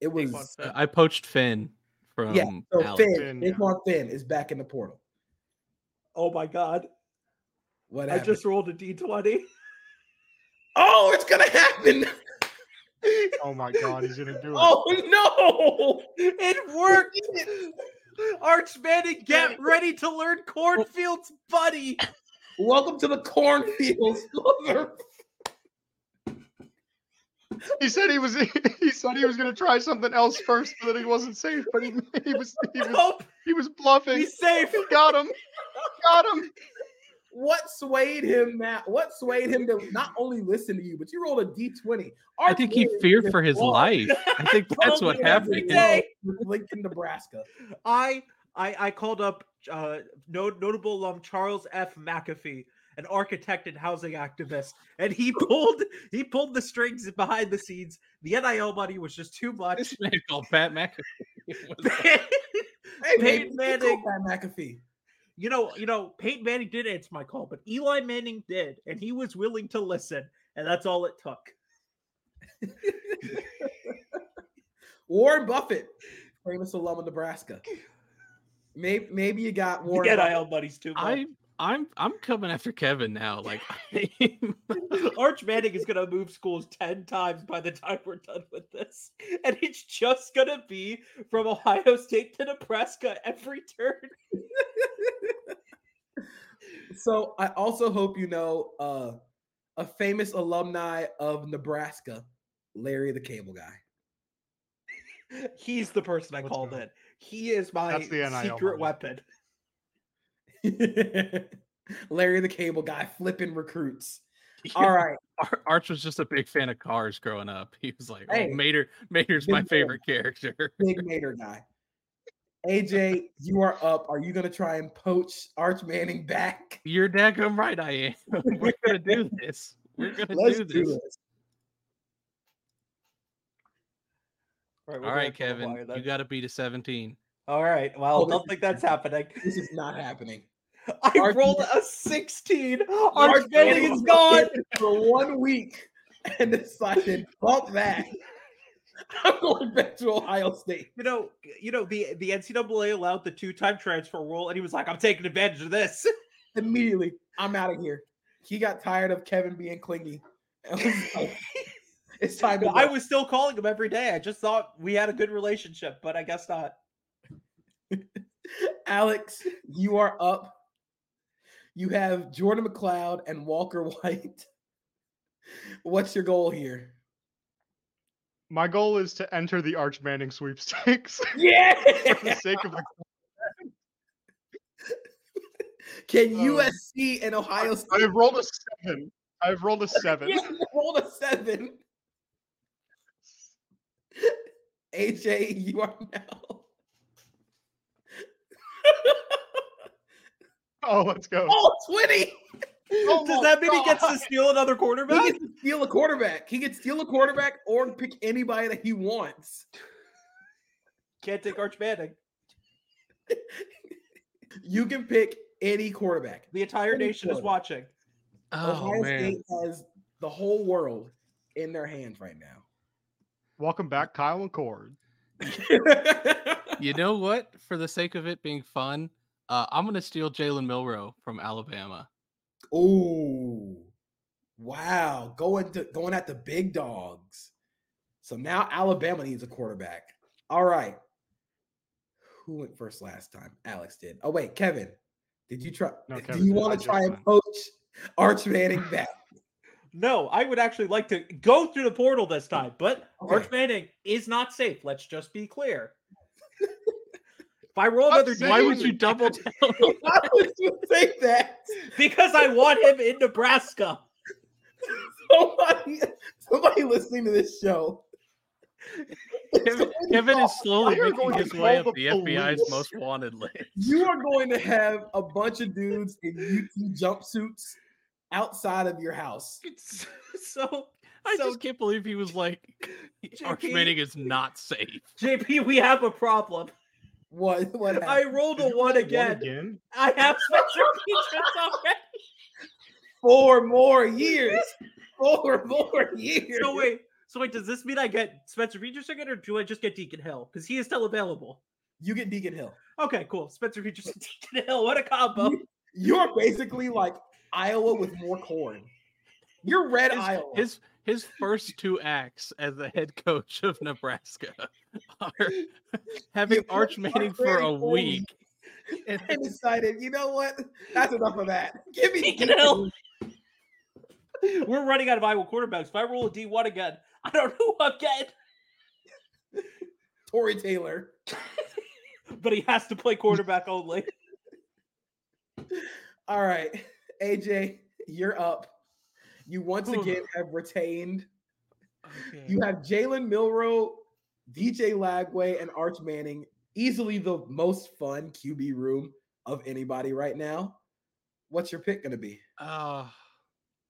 It was
Daquan Smith.
Uh, I poached Finn from
yeah. So
Alex.
Finn,
Finn, yeah.
Daquan Finn is back in the portal.
Oh my god.
What
I
happened?
just rolled a D twenty.
oh, it's gonna happen.
Oh my god, he's gonna do it.
oh no!
It worked. Arch Manning, get ready to learn cornfields, buddy.
Welcome to the cornfields. lover.
He said he was he said he was gonna try something else first, but then he wasn't safe. But he, he was he was
Hope
he was bluffing.
he's safe.
Got him. Got him.
what swayed him now? What swayed him to not only listen to you, but you rolled a d20?
I think he
Arch
feared
Manning
for his
is lost.
life. I think that's what
Probably every
happened.
day with Lincoln, Nebraska.
I I I called up uh no, notable alum Charles F. McAfee, an architect and housing activist, and he pulled he pulled the strings behind the scenes. The NIL money was just too much.
This man called Pat McAfee.
Hey,
Peyton
Peyton Manning,
Manning.
Pat McAfee.
you know, you know, Peyton Manning did answer my call, but Eli Manning did, and he was willing to listen, and that's all it took.
Warren Buffett, famous alum of Nebraska. Maybe, maybe you got Warren.
the
Buffett.
NIL money's too much.
I I'm I'm coming after Kevin now. Like
Arch Manning is gonna move schools ten times by the time we're done with this, and it's just gonna be from Ohio State to Nebraska every turn.
So I also hope you know uh, a famous alumni of Nebraska, Larry the Cable Guy.
He's the person I
Let's
called
go.
in. He is my
That's the NIL
secret
money.
weapon.
Larry the Cable Guy flipping recruits. All right.
Ar- Arch was just a big fan of cars growing up. He was like,
Hey.
"Oh, Mater Mater's
Big
my
fan.
favorite character."
big Mater guy. AJ, you are up. Are you going to try and poach Arch Manning back?
You're daggum right. I am. We're gonna do this. We're gonna
Let's
do
do,
this.
this.
All right, we're
All right,
going to the
Kevin,
wire then.
you got to beat a 17.
All right. Well,
Oh, this
don't think that's happening.
This is not happening.
I
Arch-
rolled a sixteen. Arch
Arch
Manning is gone.
for one week and decided bump that. I'm going back to Ohio State.
You know, you know the the NCAA allowed the two time transfer rule, and he was like, "I'm taking advantage of this."
Immediately, I'm out of here. He got tired of Kevin being clingy. And was like, it's time to
Well, I
go.
was still calling him every day. I just thought we had a good relationship, but I guess not.
Alex, you are up. You have Jordan McLeod and Walker White. What's your goal here?
My goal is to enter the Arch Manning sweepstakes
Yeah.
for the sake of the
Can Oh.
Um,
USC and Ohio State
I've rolled a seven. I've rolled a seven.
yeah, roll a seven? AJ, you are now.
Oh, let's go.
Oh, 20.
Oh
Does
my
that mean he gets to
God.
steal another
He
quarterback?
gets to steal a quarterback. He could steal a quarterback or pick anybody that he wants.
Can't take Arch Manning.
You can pick any quarterback.
The entire
Pretty
nation is
good.
watching.
Oh
Ohio
man,
State has the whole world in their hands right now.
Welcome back, Kyle McCord.
you know what? For the sake of it being fun, uh, I'm gonna steal Jalen Milrow from Alabama.
oh, wow! Going to going at the big dogs. So now Alabama needs a quarterback. All right. Who went first last time? Alex did. Oh wait, Kevin, did you try?
No,
do
Kevin
you
did. I
want to
just
try and
went.
poach Arch Manning back?
No, I would actually like to go through the portal this time, but
Okay.
Arch Manning is not safe. Let's just be clear. if I roll
Not
another
safe.
Why
D,
would you double down? on-
Why would you say that?
because I want him in Nebraska.
Somebody, somebody listening to this show.
Kevin, Kevin is slowly
We are
making
going to
his way up
call
the,
the
FBI's
police.
most wanted list.
You are going to have a bunch of dudes in UT jumpsuits outside of your house.
It's- so
I
So-
just can't believe he was like, Arch
JP.
Manning is not safe.
JP, we have a problem.
What? What?
I
happened?
rolled a
Did you
one
roll a
again.
again?
I have Spencer Petras already.
Four more years. Four more years.
So wait, so wait, does this mean I get Spencer Petras again, or do I just get Deacon Hill? Because he is still available.
You get Deacon Hill.
Okay, cool. Spencer Petras and Deacon Hill. What a combo!
You're basically like Iowa with more corn. You're red
His,
Iowa.
his his first two acts as the head coach of Nebraska are having
put
Arch Manning for
Manning for
a
a
week.
and I decided, you know what? That's enough of that. Give me
Deacon
Deacon
Hill. We're running out of Iowa quarterbacks. If I roll a D one again, I don't know who I'm getting,
Tory Taylor.
but he has to play quarterback only.
All right, AJ, you're up. You once
Whew. Mm.
again have retained.
Okay.
You have Jalen Milrow, DJ Lagway, and Arch Manning. Easily the most fun QB room of anybody right now. What's your pick going to be?
Uh,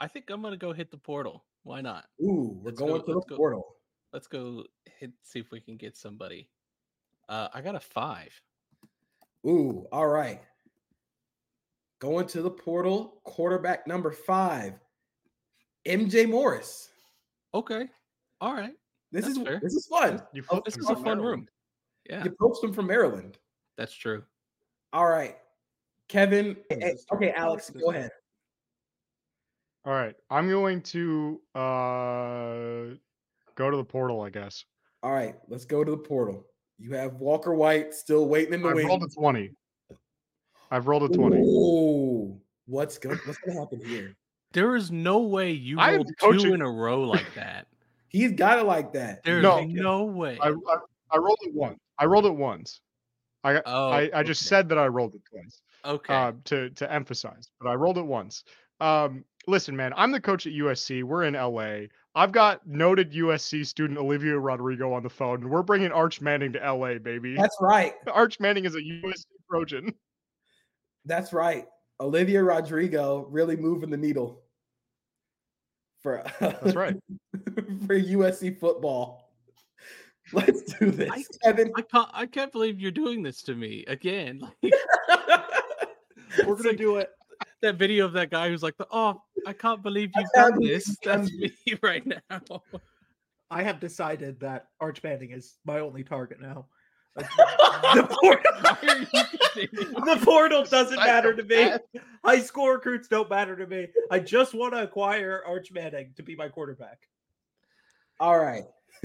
I think I'm gonna go hit the portal. Why not?
Ooh, we're
Let's go-
going to
let's
the
go.
portal.
Let's go hit see if we can get somebody. Uh, I got a five.
Ooh, all right. Going to the portal, quarterback number five, MJ Morris.
Okay. All right.
This
That's
is
fair.
this is fun.
You
Oh,
flipped
This
him
is a
for
fun
Maryland.
room. Yeah,
You poached him from Maryland.
that's true.
All right. Kevin. eh, eh,
this
Okay,
turn?
Alex,
This
go
turn?
ahead.
All right, I'm going to uh go to the portal. I guess
All right, let's go to the portal. You have Walker White still waiting in the
I've rolled a
wings.
twenty. I've rolled a twenty.
Oh, what's gonna what's gonna happen here?
There is no way you
I am
rolled two
coaching-
in a row like that.
He's got it like that.
There's
No.
no, way.
I, I I rolled it once. I rolled it once. I
oh,
I, I just
okay.
said that I rolled it twice.
okay.
uh, to to emphasize, but I rolled it once. Um, listen, man, I'm the coach at USC. We're in LA. I've got noted USC student Olivia Rodrigo on the phone, and we're bringing Arch Manning to LA, baby.
That's right.
Arch Manning is a USC Trojan.
That's right. Olivia Rodrigo really moving the needle for
That's right.
for USC football. Let's do this, Kevin.
I can't. I can't believe you're doing this to me again. Like,
We're gonna do it.
that video of that guy who's like, the, "Oh, I can't believe you've
can't
done
believe
this."
you've done
That's me right now.
I have decided that Arch Manning is my only target now. the, portal,
Why are you kidding?
the portal doesn't matter to me.
Psychopath.
High school recruits don't matter to me. I just want to acquire Arch Manning to be my quarterback.
All right.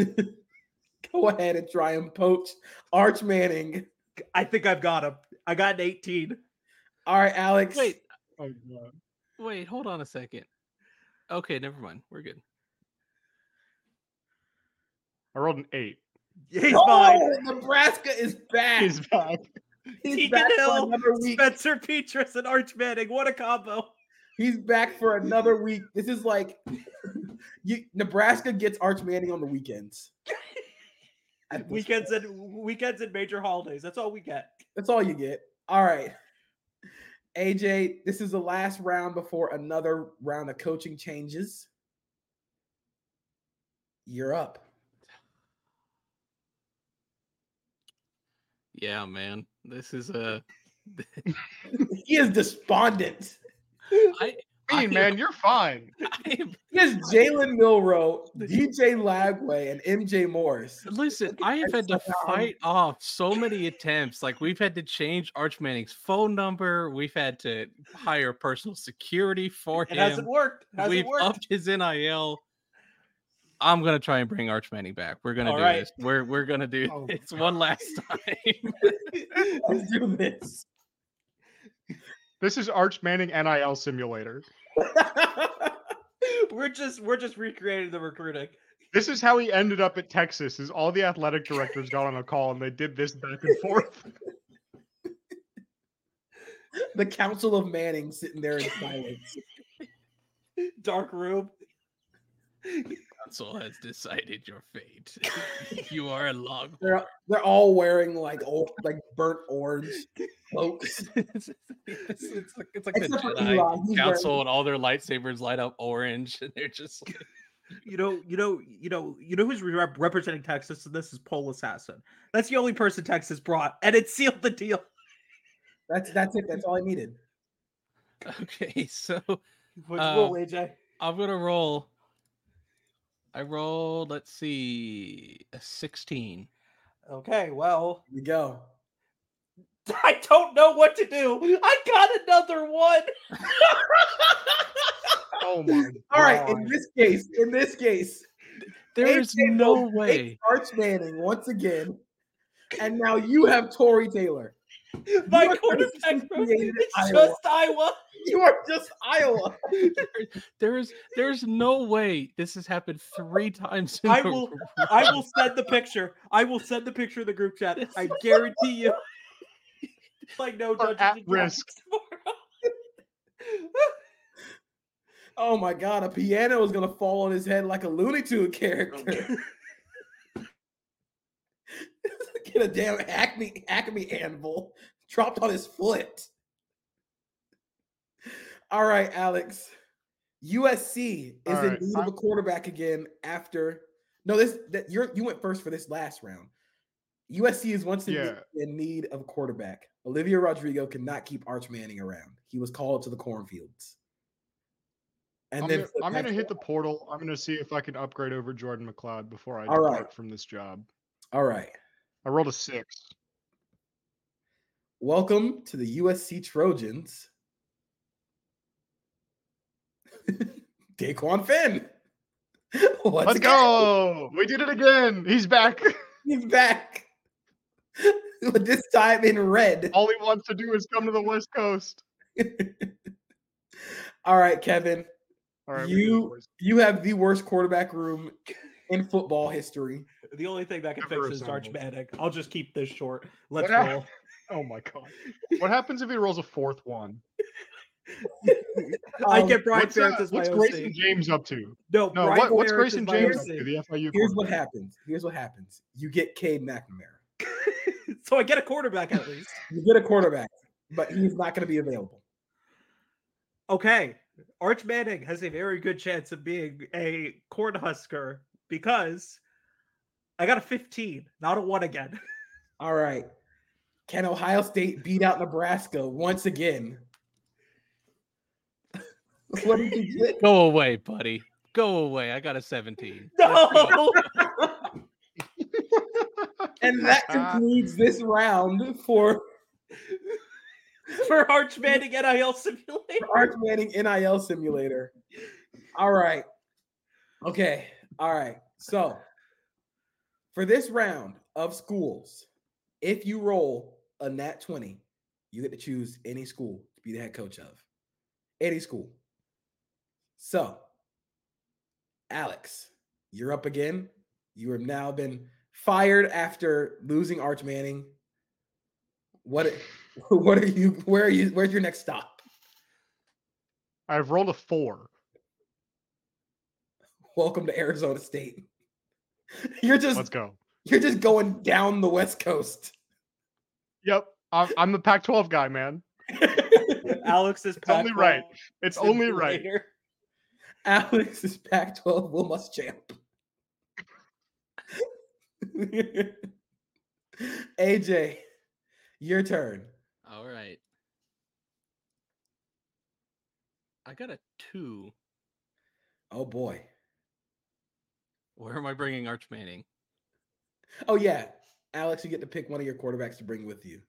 Go ahead and try and poach Arch Manning.
I think I've got him. I got an 18.
All right, Alex.
Wait,
Oh, God.
wait, hold on a second. Okay, never mind. We're good.
I rolled an eight.
He's
Oh,
mine.
Nebraska is back.
He's
He's,
back.
Deacon
back for
Hill,
another week.
Spencer Petras and Arch Manning. What a combo.
He's back for another week. This is like you, Nebraska gets Arch Manning on the weekends. At this
Weekends
point.
and weekends and major holidays. That's all we get.
That's all you get. All right. AJ, this is the last round before another round of coaching changes. You're up.
Yeah, man. This is a.
He is despondent.
I I
Mean,
am-
man, you're fine.
I am
He has Jalen Milrow, DJ Lagway, and MJ Morris.
Listen, I have had
that's so
to
dumb.
fight off so many attempts. Like we've had to change Arch Manning's phone number. We've had to hire personal security for
It
him.
hasn't worked. It hasn't
we've
worked.
upped his NIL. I'm gonna try and bring Arch Manning back. We're gonna
All
do
right.
this. We're we're gonna do
Oh my
this one last time.
Let's do this.
This is Arch Manning NIL simulator.
we're just we're just recreating the recruiting.
This is how he ended up at Texas. Is all the athletic directors got on a call and they did this back and forth.
the Council of Manning sitting there in silence.
Dark room.
Council has decided your fate. you are a long.
They're they're all wearing like old like burnt orange cloaks.
it's, it's, it's like, it's like the
Except for
Jedi
Elon, he's wearing-
Council and all their lightsabers light up orange, and they're just like,
you know, you know, you know, you know who's rep- representing Texas, and this is Pole Assassin. That's the only person Texas brought, and it sealed the deal.
That's that's it. That's all I needed.
Okay, so
What's
Uh,
roll, AJ?
I'm gonna roll. I rolled. Let's see, a 16.
Okay, well,
Here we go.
I don't know what to do. I got another one.
Oh my!
All right.
God.
In this case, in this case,
There is
AJ
no
will take
way.
Arch Manning once again, and now you have Tory Taylor.
My
You are
quarterback
consistently
room
created
is
Iowa.
just Iowa.
You are just Iowa.
There is there is no way this has happened three times. in
I
a
will-
row.
I will send the picture. I will send the picture in the group chat. I guarantee you. like no
Are
Dungeons
at
and Dragons tomorrow.
Oh my God! A piano is gonna fall on his head like a Looney
Oh,
Tune character. Get a damn acme acme anvil dropped on his foot. All right, Alex. USC is
All
in
right,
need of
I'm-
a quarterback again after. No, this that you're you went first for this last round. USC is once again in need of a quarterback. Olivia Rodrigo cannot keep Arch Manning around. He was called to the cornfields. And
I'm
then
gonna,
for
I'm gonna
next-
hit the portal. I'm gonna see if I can upgrade over Jordan McLeod before I
All right.
depart from this job.
all right.
I rolled a six.
Welcome to the USC Trojans. Daquan Finn. Once
Let's
again,
go! We did it again. He's back.
He's back. But this time in red.
All he wants to do is come to the West Coast.
All right, Kevin.
All right, we did it,
You-
boys.
You have the worst quarterback room in football history.
The only thing that can
Never
fix it is Arch
assembled.
Manning. I'll just keep this short. Let's
What
roll.
Oh my god! What happens if he rolls a fourth one?
I
Um,
get Brian
what's uh,
Ferentz as my
what's
OC.
Grayson James up to?
No,
No,
Brian
what, what's
Ferentz
Grayson
is my
James up
OC.
to? The FIU.
Here's what
quarterback.
happens. Here's what happens. You get Cade McNamara.
so I get a quarterback at least.
You get a quarterback, but he's not going to be available.
Okay. Arch Manning has a very good chance of being a cornhusker because I got a 15, not a one again.
All right. Can Ohio State beat out Nebraska once again? what did you get?
Go away, buddy. Go away. I got a 17. Let's go.
No.
And that concludes this round for
For Arch Manning NIL simulator.
Arch Manning NIL Simulator. All right. Okay. All right. So for this round of schools, if you roll a nat 20, you get to choose any school to be the head coach of. Any school. So, Alex, you're up again. You have now been fired after losing Arch Manning. What what are you where are you where's your next stop?
I've rolled a four.
welcome to Arizona State. You're
Let's
just
go.
you're just going down the West Coast.
Yep. I'm, I'm the Pac-12 guy, man.
Alex is
It's only
Pac-12
right. It's only right.
simulator.
Alex is Pac-12 Will Muschamp. AJ, your turn.
All right. I got a two.
Oh boy.
Where am I bringing Arch Manning?
Oh yeah, Alex, you get to pick one of your quarterbacks to bring with you.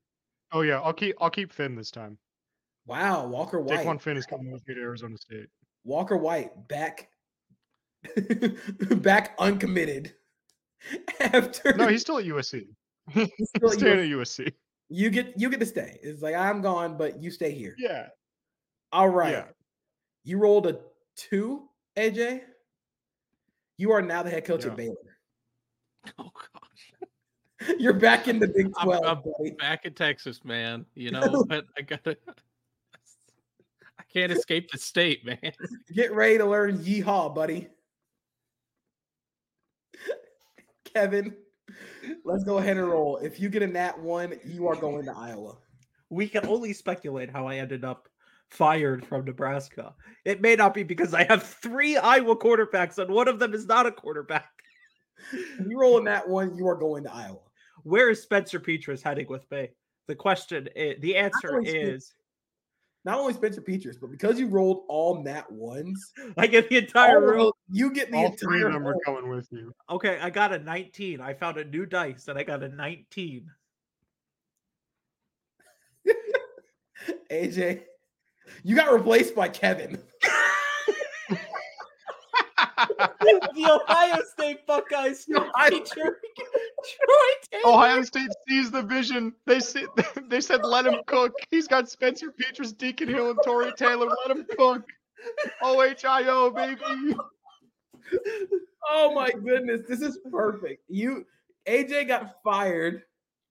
Oh yeah, I'll keep I'll keep Finn this time.
Wow, Walker White.
Daquan Finn is coming with me to Arizona State.
Walker White back back uncommitted after
No, he's still at USC.
he's still
He's
at
staying at USC.
You get you get to stay. It's like I'm gone, but you stay here.
Yeah.
All right.
yeah.
You rolled a two, AJ. You are now the head coach of Baylor.
Oh gosh.
You're back in the Big
I'm-
12
I'm-
buddy.
Back in Texas, man. You know, but I gotta I can't escape the state, man.
Get ready to learn yeehaw, buddy. Kevin, let's go ahead and roll. If you get a nat one, you are going to Iowa.
We can only speculate how I ended up fired from Nebraska. It may not be because I have three Iowa quarterbacks and one of them is not a quarterback.
you roll in that one, you are going to Iowa.
Where is Spencer Petras heading with me? The question, is, the answer is
not only Spencer Petras, but because you rolled all nat ones,
I get the
all
entire
of
room.
those- you get the
All
entire
three of them are
roll.
going with you.
Okay, I got a 19. I found a new dice and I got a 19.
AJ, you got replaced by Kevin.
the Ohio State Buckeyes featuring Troy
Oh,
Taylor.
Ohio State sees the vision. They see, they said, "Let him cook." He's got Spencer Petras, Deacon Hill, and Torrey Taylor. Let him cook. O H I O baby.
Oh my goodness, this is perfect. You AJ got fired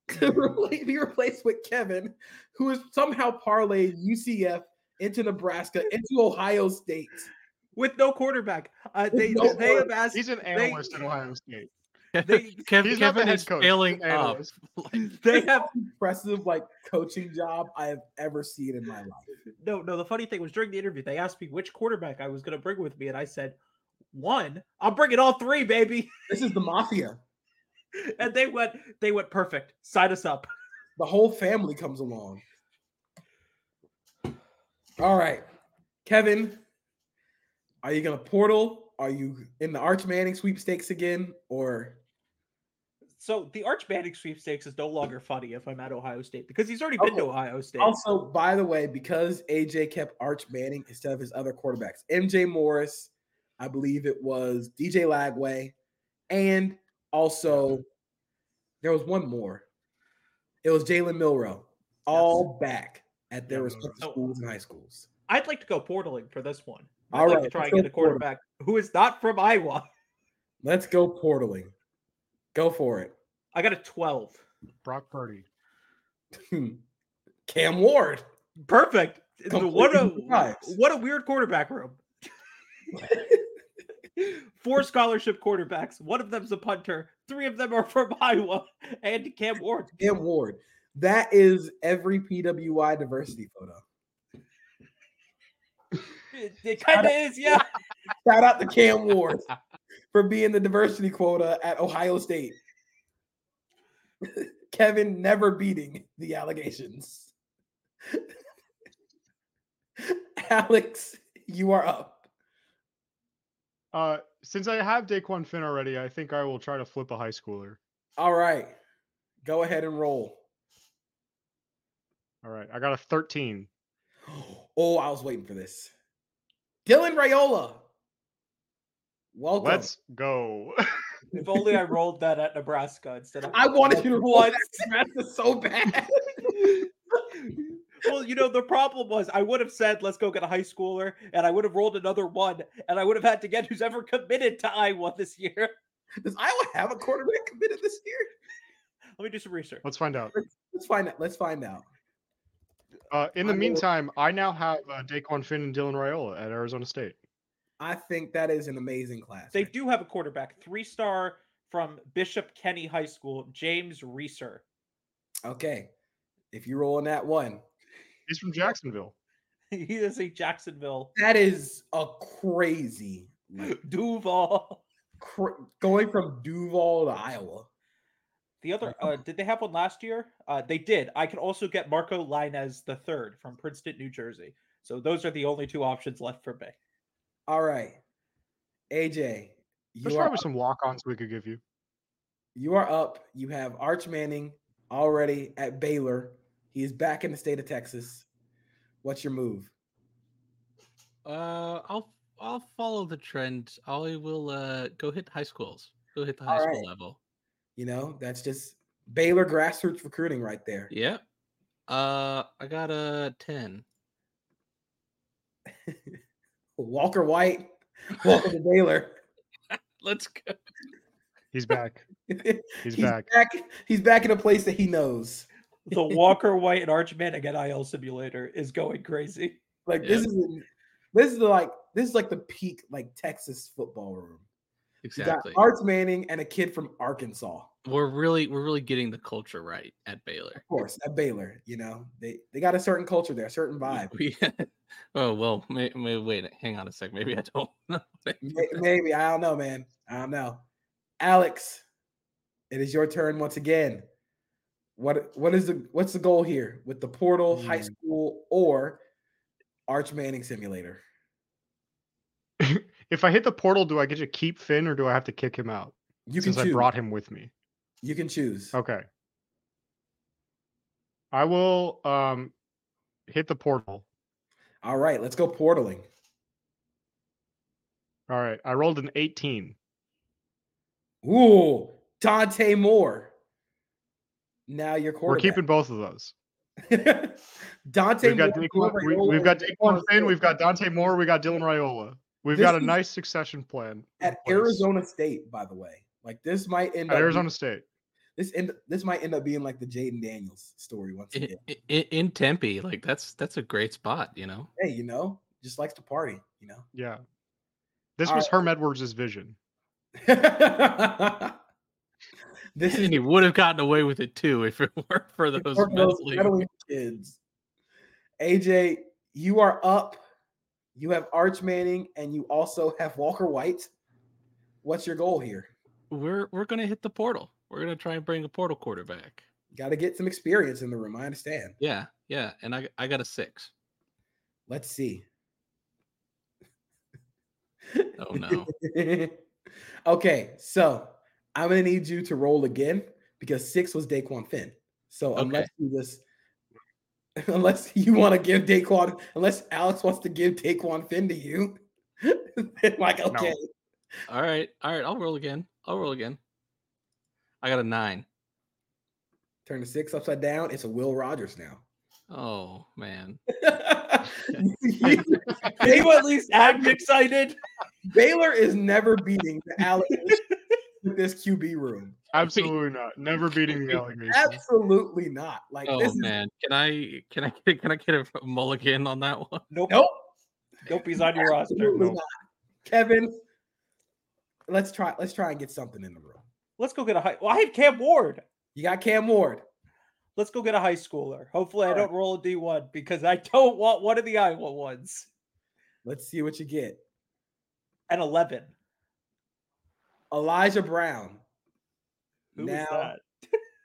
to repla- be replaced with Kevin, who is somehow parlayed UCF into Nebraska into Ohio State.
with no quarterback. Uh, they
no
they have asked
He's an analyst at Ohio State.
they
Kevin,
He's not the
Kevin
head
is
coach,
failing
An
up.
analyst.
they have
Impressive like coaching job I have ever seen in my life.
no no. The funny thing was during the interview they asked me which quarterback I was going to bring with me, and I said one. I'll bring it all three, baby.
This is the mafia.
And they went they went perfect. Sign us up.
The whole family comes along. All right, Kevin, are you gonna portal? Are you in the Arch Manning sweepstakes again, or
So the Arch Manning sweepstakes is no longer funny if I'm at Ohio State because he's already been to
Okay.
Ohio State.
Also, by the way, because AJ kept Arch Manning instead of his other quarterbacks, MJ Morris, I believe it was DJ Lagway, and also there was one more. It was Jalen Milrow, all back at their
Yeah,
respective
Milrow.
schools and high schools.
I'd like to go portaling for this one. I'd
All
like to
right,
try and
let's
get
go
a quarterback who is not from Iowa.
Let's go portaling. Go for it.
I got a 12.
Brock Purdy.
Hmm. Cam Ward.
Perfect. The- What a
Completely surprised.
what a weird quarterback room. Four scholarship quarterbacks. One of them's a punter. Three of them are from Iowa, and Cam Ward.
Cam Ward. That is every PWI diversity photo.
It, kind of is, yeah.
Shout out to Cam Ward for being the diversity quota at Ohio State. Kevin never beating the allegations. Alex, you are up.
Uh, since I have Daquan Finn already, I think I will try to flip a high schooler.
All right. Go ahead and roll.
All right, I got a 13.
Oh, I was waiting for this. Dylan Rayola. Welcome.
Let's go.
If only I rolled that at Nebraska instead of.
I wanted you to roll
Once.
that Nebraska so bad.
well, you know, the problem was I would have said, let's go get a high schooler, and I would have rolled another one, and I would have had to get who's ever committed to Iowa this year.
Does Iowa have a quarterback committed this year?
Let me do some research.
Let's find out.
Let's find out. Let's find out.
Uh, in the
I will-
meantime, I now have uh, Daquan Finn and Dylan Raiola at Arizona State.
I think that is an amazing class.
They do have a quarterback, three star from Bishop Kenny High School, James Reeser.
Okay. If you roll on that one,
He's from Jacksonville.
he is a Jacksonville
that is a crazy like,
Duval.
cr- going from Duval to Iowa.
The other, uh, did they have one last year? Uh, they did. I can also get Marco Linez the third from Princeton, New Jersey. So those are the only two options left for me.
All right. AJ, you
There's
are,
probably some walk-ons we could give you.
you are up. You have Arch Manning already at Baylor. He is back in the state of Texas. What's your move?
Uh, I'll I'll follow the trend. I will uh go hit high schools. Go hit the high
All
school level.
You know, that's just Baylor grassroots recruiting right there.
Yep. Uh, I got a ten.
Walker White, welcome to Baylor.
Let's go.
He's back. He's, back.
He's back in a place that he knows.
The Walker White and Arch Manning NIL simulator is going crazy.
Like
Yeah.
this is this is the, like this is like the peak like Texas football room. You got
Exactly.
Arts Manning and a kid from Arkansas.
we're really we're really getting the culture right at Baylor.
Of course, at Baylor, you know they they got a certain culture there, a certain vibe.
We, oh well, may, may, wait, hang on a sec. Maybe I don't know.
May- Maybe I don't know, man. I don't know. Alex, it is your turn once again. What what is the what's the goal here with the portal,
Hmm.
high school, or Arch Manning simulator?
If I hit the portal, do I get to keep Finn or do I have to kick him out?
You can
since I
choose.
brought him Oh. with me.
you can choose.
Okay. I will um hit the portal.
All right, let's go portaling.
All right. I rolled an 18.
Ooh, Dante Moore. Now you're
We're
quarterback.
keeping both of those.
Dante
We've got,
Moore,
Daquan,
Dylan
we,
Raiola,
we've got Daquan
Raiola.
Finn. We've got Dante Moore. We got Dylan Raiola. We've
This
got a
is
nice succession plan in
at
place.
Arizona State, by the way. Like this might end
At
up
Arizona State.
this end this might end up being like the Jaden Daniels story once
In,
again.
in, in Tempe, like that's that's a great spot, you know.
Hey, you know, just likes to party, you know.
Yeah. This
All
was Herm Edwards' vision.
this is
and he would have gotten away with it too if it weren't for those
for those
mentally.
meddling kids. AJ, you are up. You have Arch Manning and you also have Walker White. What's your goal here?
We're we're gonna hit the portal. We're gonna try and bring a portal quarterback.
Got to get some experience in the room. I understand.
Yeah, yeah. And I I got a six.
Let's see.
Oh no.
okay, so I'm gonna need you to roll again because six was Daquan Finn. So
Okay.
unless you just unless you want to give Daquan, unless Alex wants to give Daquan Finn to you, then like okay,
all right, all right. I'll roll again. I'll roll again. I got a nine.
turn the six upside down. It's a Will Rogers now.
Oh man.
Baylor,
at least I'm excited.
Baylor is never beating the Alligators with this QB room.
Absolutely not. Never beating the allegations.
Absolutely not. Like
Oh
this is
man. Can I can I get can I get a mulligan on that one?
Nope.
nope.
Nope. He's on your roster.
Absolutely
Nope.
not. Kevin, let's try. Let's try and get something in the room.
Let's go get a high. Well, I have Cam Ward.
You got Cam Ward.
Let's go get a high schooler. Hopefully, I
All right.
don't roll a D one because I don't want one of the Iowa ones.
Let's see what you get.
An eleven.
Elijah Brown.
Who is
now,
that?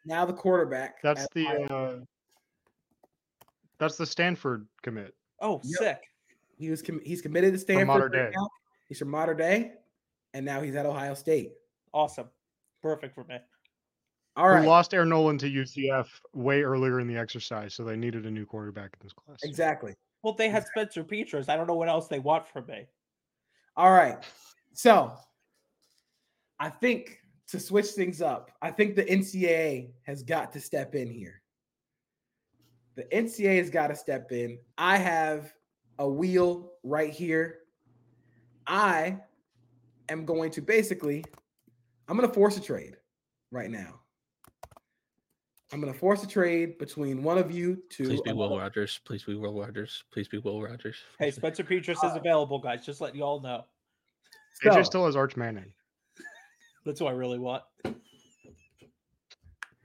now the quarterback.
That's
at
the
Iowa.
uh, that's the Stanford commit.
Oh,
Yep.
sick.
he was. Com- he's committed to Stanford.
modern
right
day.
now. He's from modern day, and now he's at Ohio State.
Awesome. Perfect for me.
All
Who
right,
lost Aaron Nolan to UCF way earlier in the exercise, so they needed a new quarterback in this class.
exactly.
Well, they had Spencer Petras. I don't know what else they want from me.
All right. So I think to switch things up, I think the NCAA has got to step in here. The NCAA has got to step in. I have a wheel right here. I am going to basically, I'm going to force a trade right now. I'm going to force a trade between one of you to
Please be
another-
Will Rogers. Please be Will Rogers. Please be Will Rogers.
Hey, Spencer Petras is available, guys. Just letting you all know.
So-
AJ still has Arch Manning.
That's what I really want.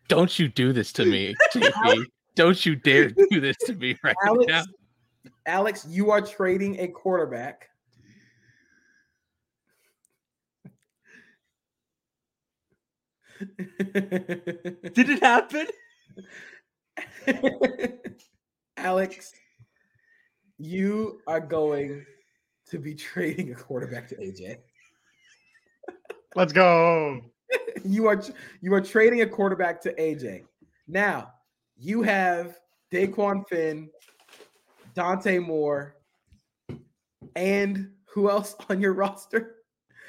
Don't you do this to me, JP. Don't you dare do this to me right now.
Alex, Alex, you are trading a quarterback.
Did it happen?
Alex, you are going to be trading a quarterback to AJ.
Let's go.
You are you are trading a quarterback to AJ. Now you have Daquan Finn, Dante Moore, and who else on your roster?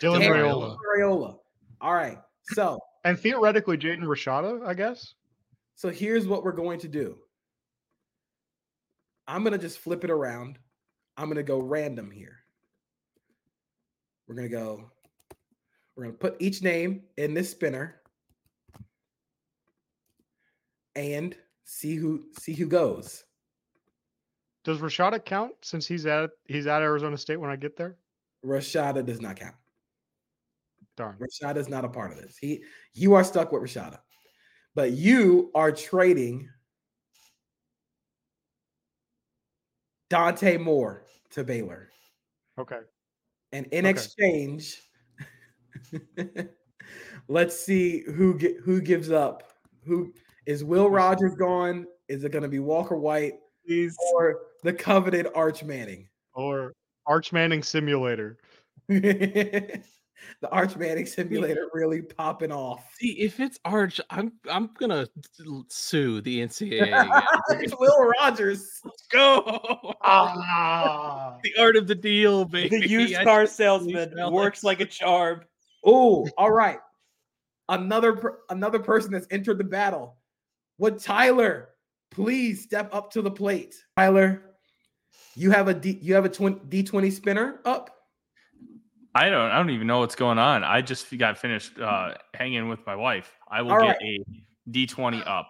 Dylan
Damn.
Rayola.
Ariola. All right. So
And theoretically, Jaden Rashada, I guess.
so here's what we're going to do. I'm gonna just flip it around. I'm gonna go random here. We're gonna go. We're gonna put each name in this spinner and see who see who goes.
Does Rashada count since he's at he's at Arizona State when I get there?
Rashada does not count.
Darn.
Rashada's not a part of this. He you are stuck with Rashada. But you are trading Dante Moore to Baylor.
Okay.
And in
Okay.
exchange, let's see who ge- who gives up. Who is Will Rogers gone? Is it going to be Walker White
Please.
or the coveted Arch Manning?
Or Arch Manning Simulator.
the Arch Manning simulator really popping off.
See, if it's Arch, I'm I'm gonna sue the NCAA. again.
it's Will Rogers.
Let's go.
Ah.
The art of the deal, baby.
The used
I-
car salesman
smell it.
works like a charm.
Oh, all right. Another per- another person that's entered the battle. Would Tyler please step up to the plate? Tyler, you have a D, you have a D twenty spinner up.
I don't. I don't even know what's going on. I just got finished uh, hanging with my wife. I will
All
get a D twenty up.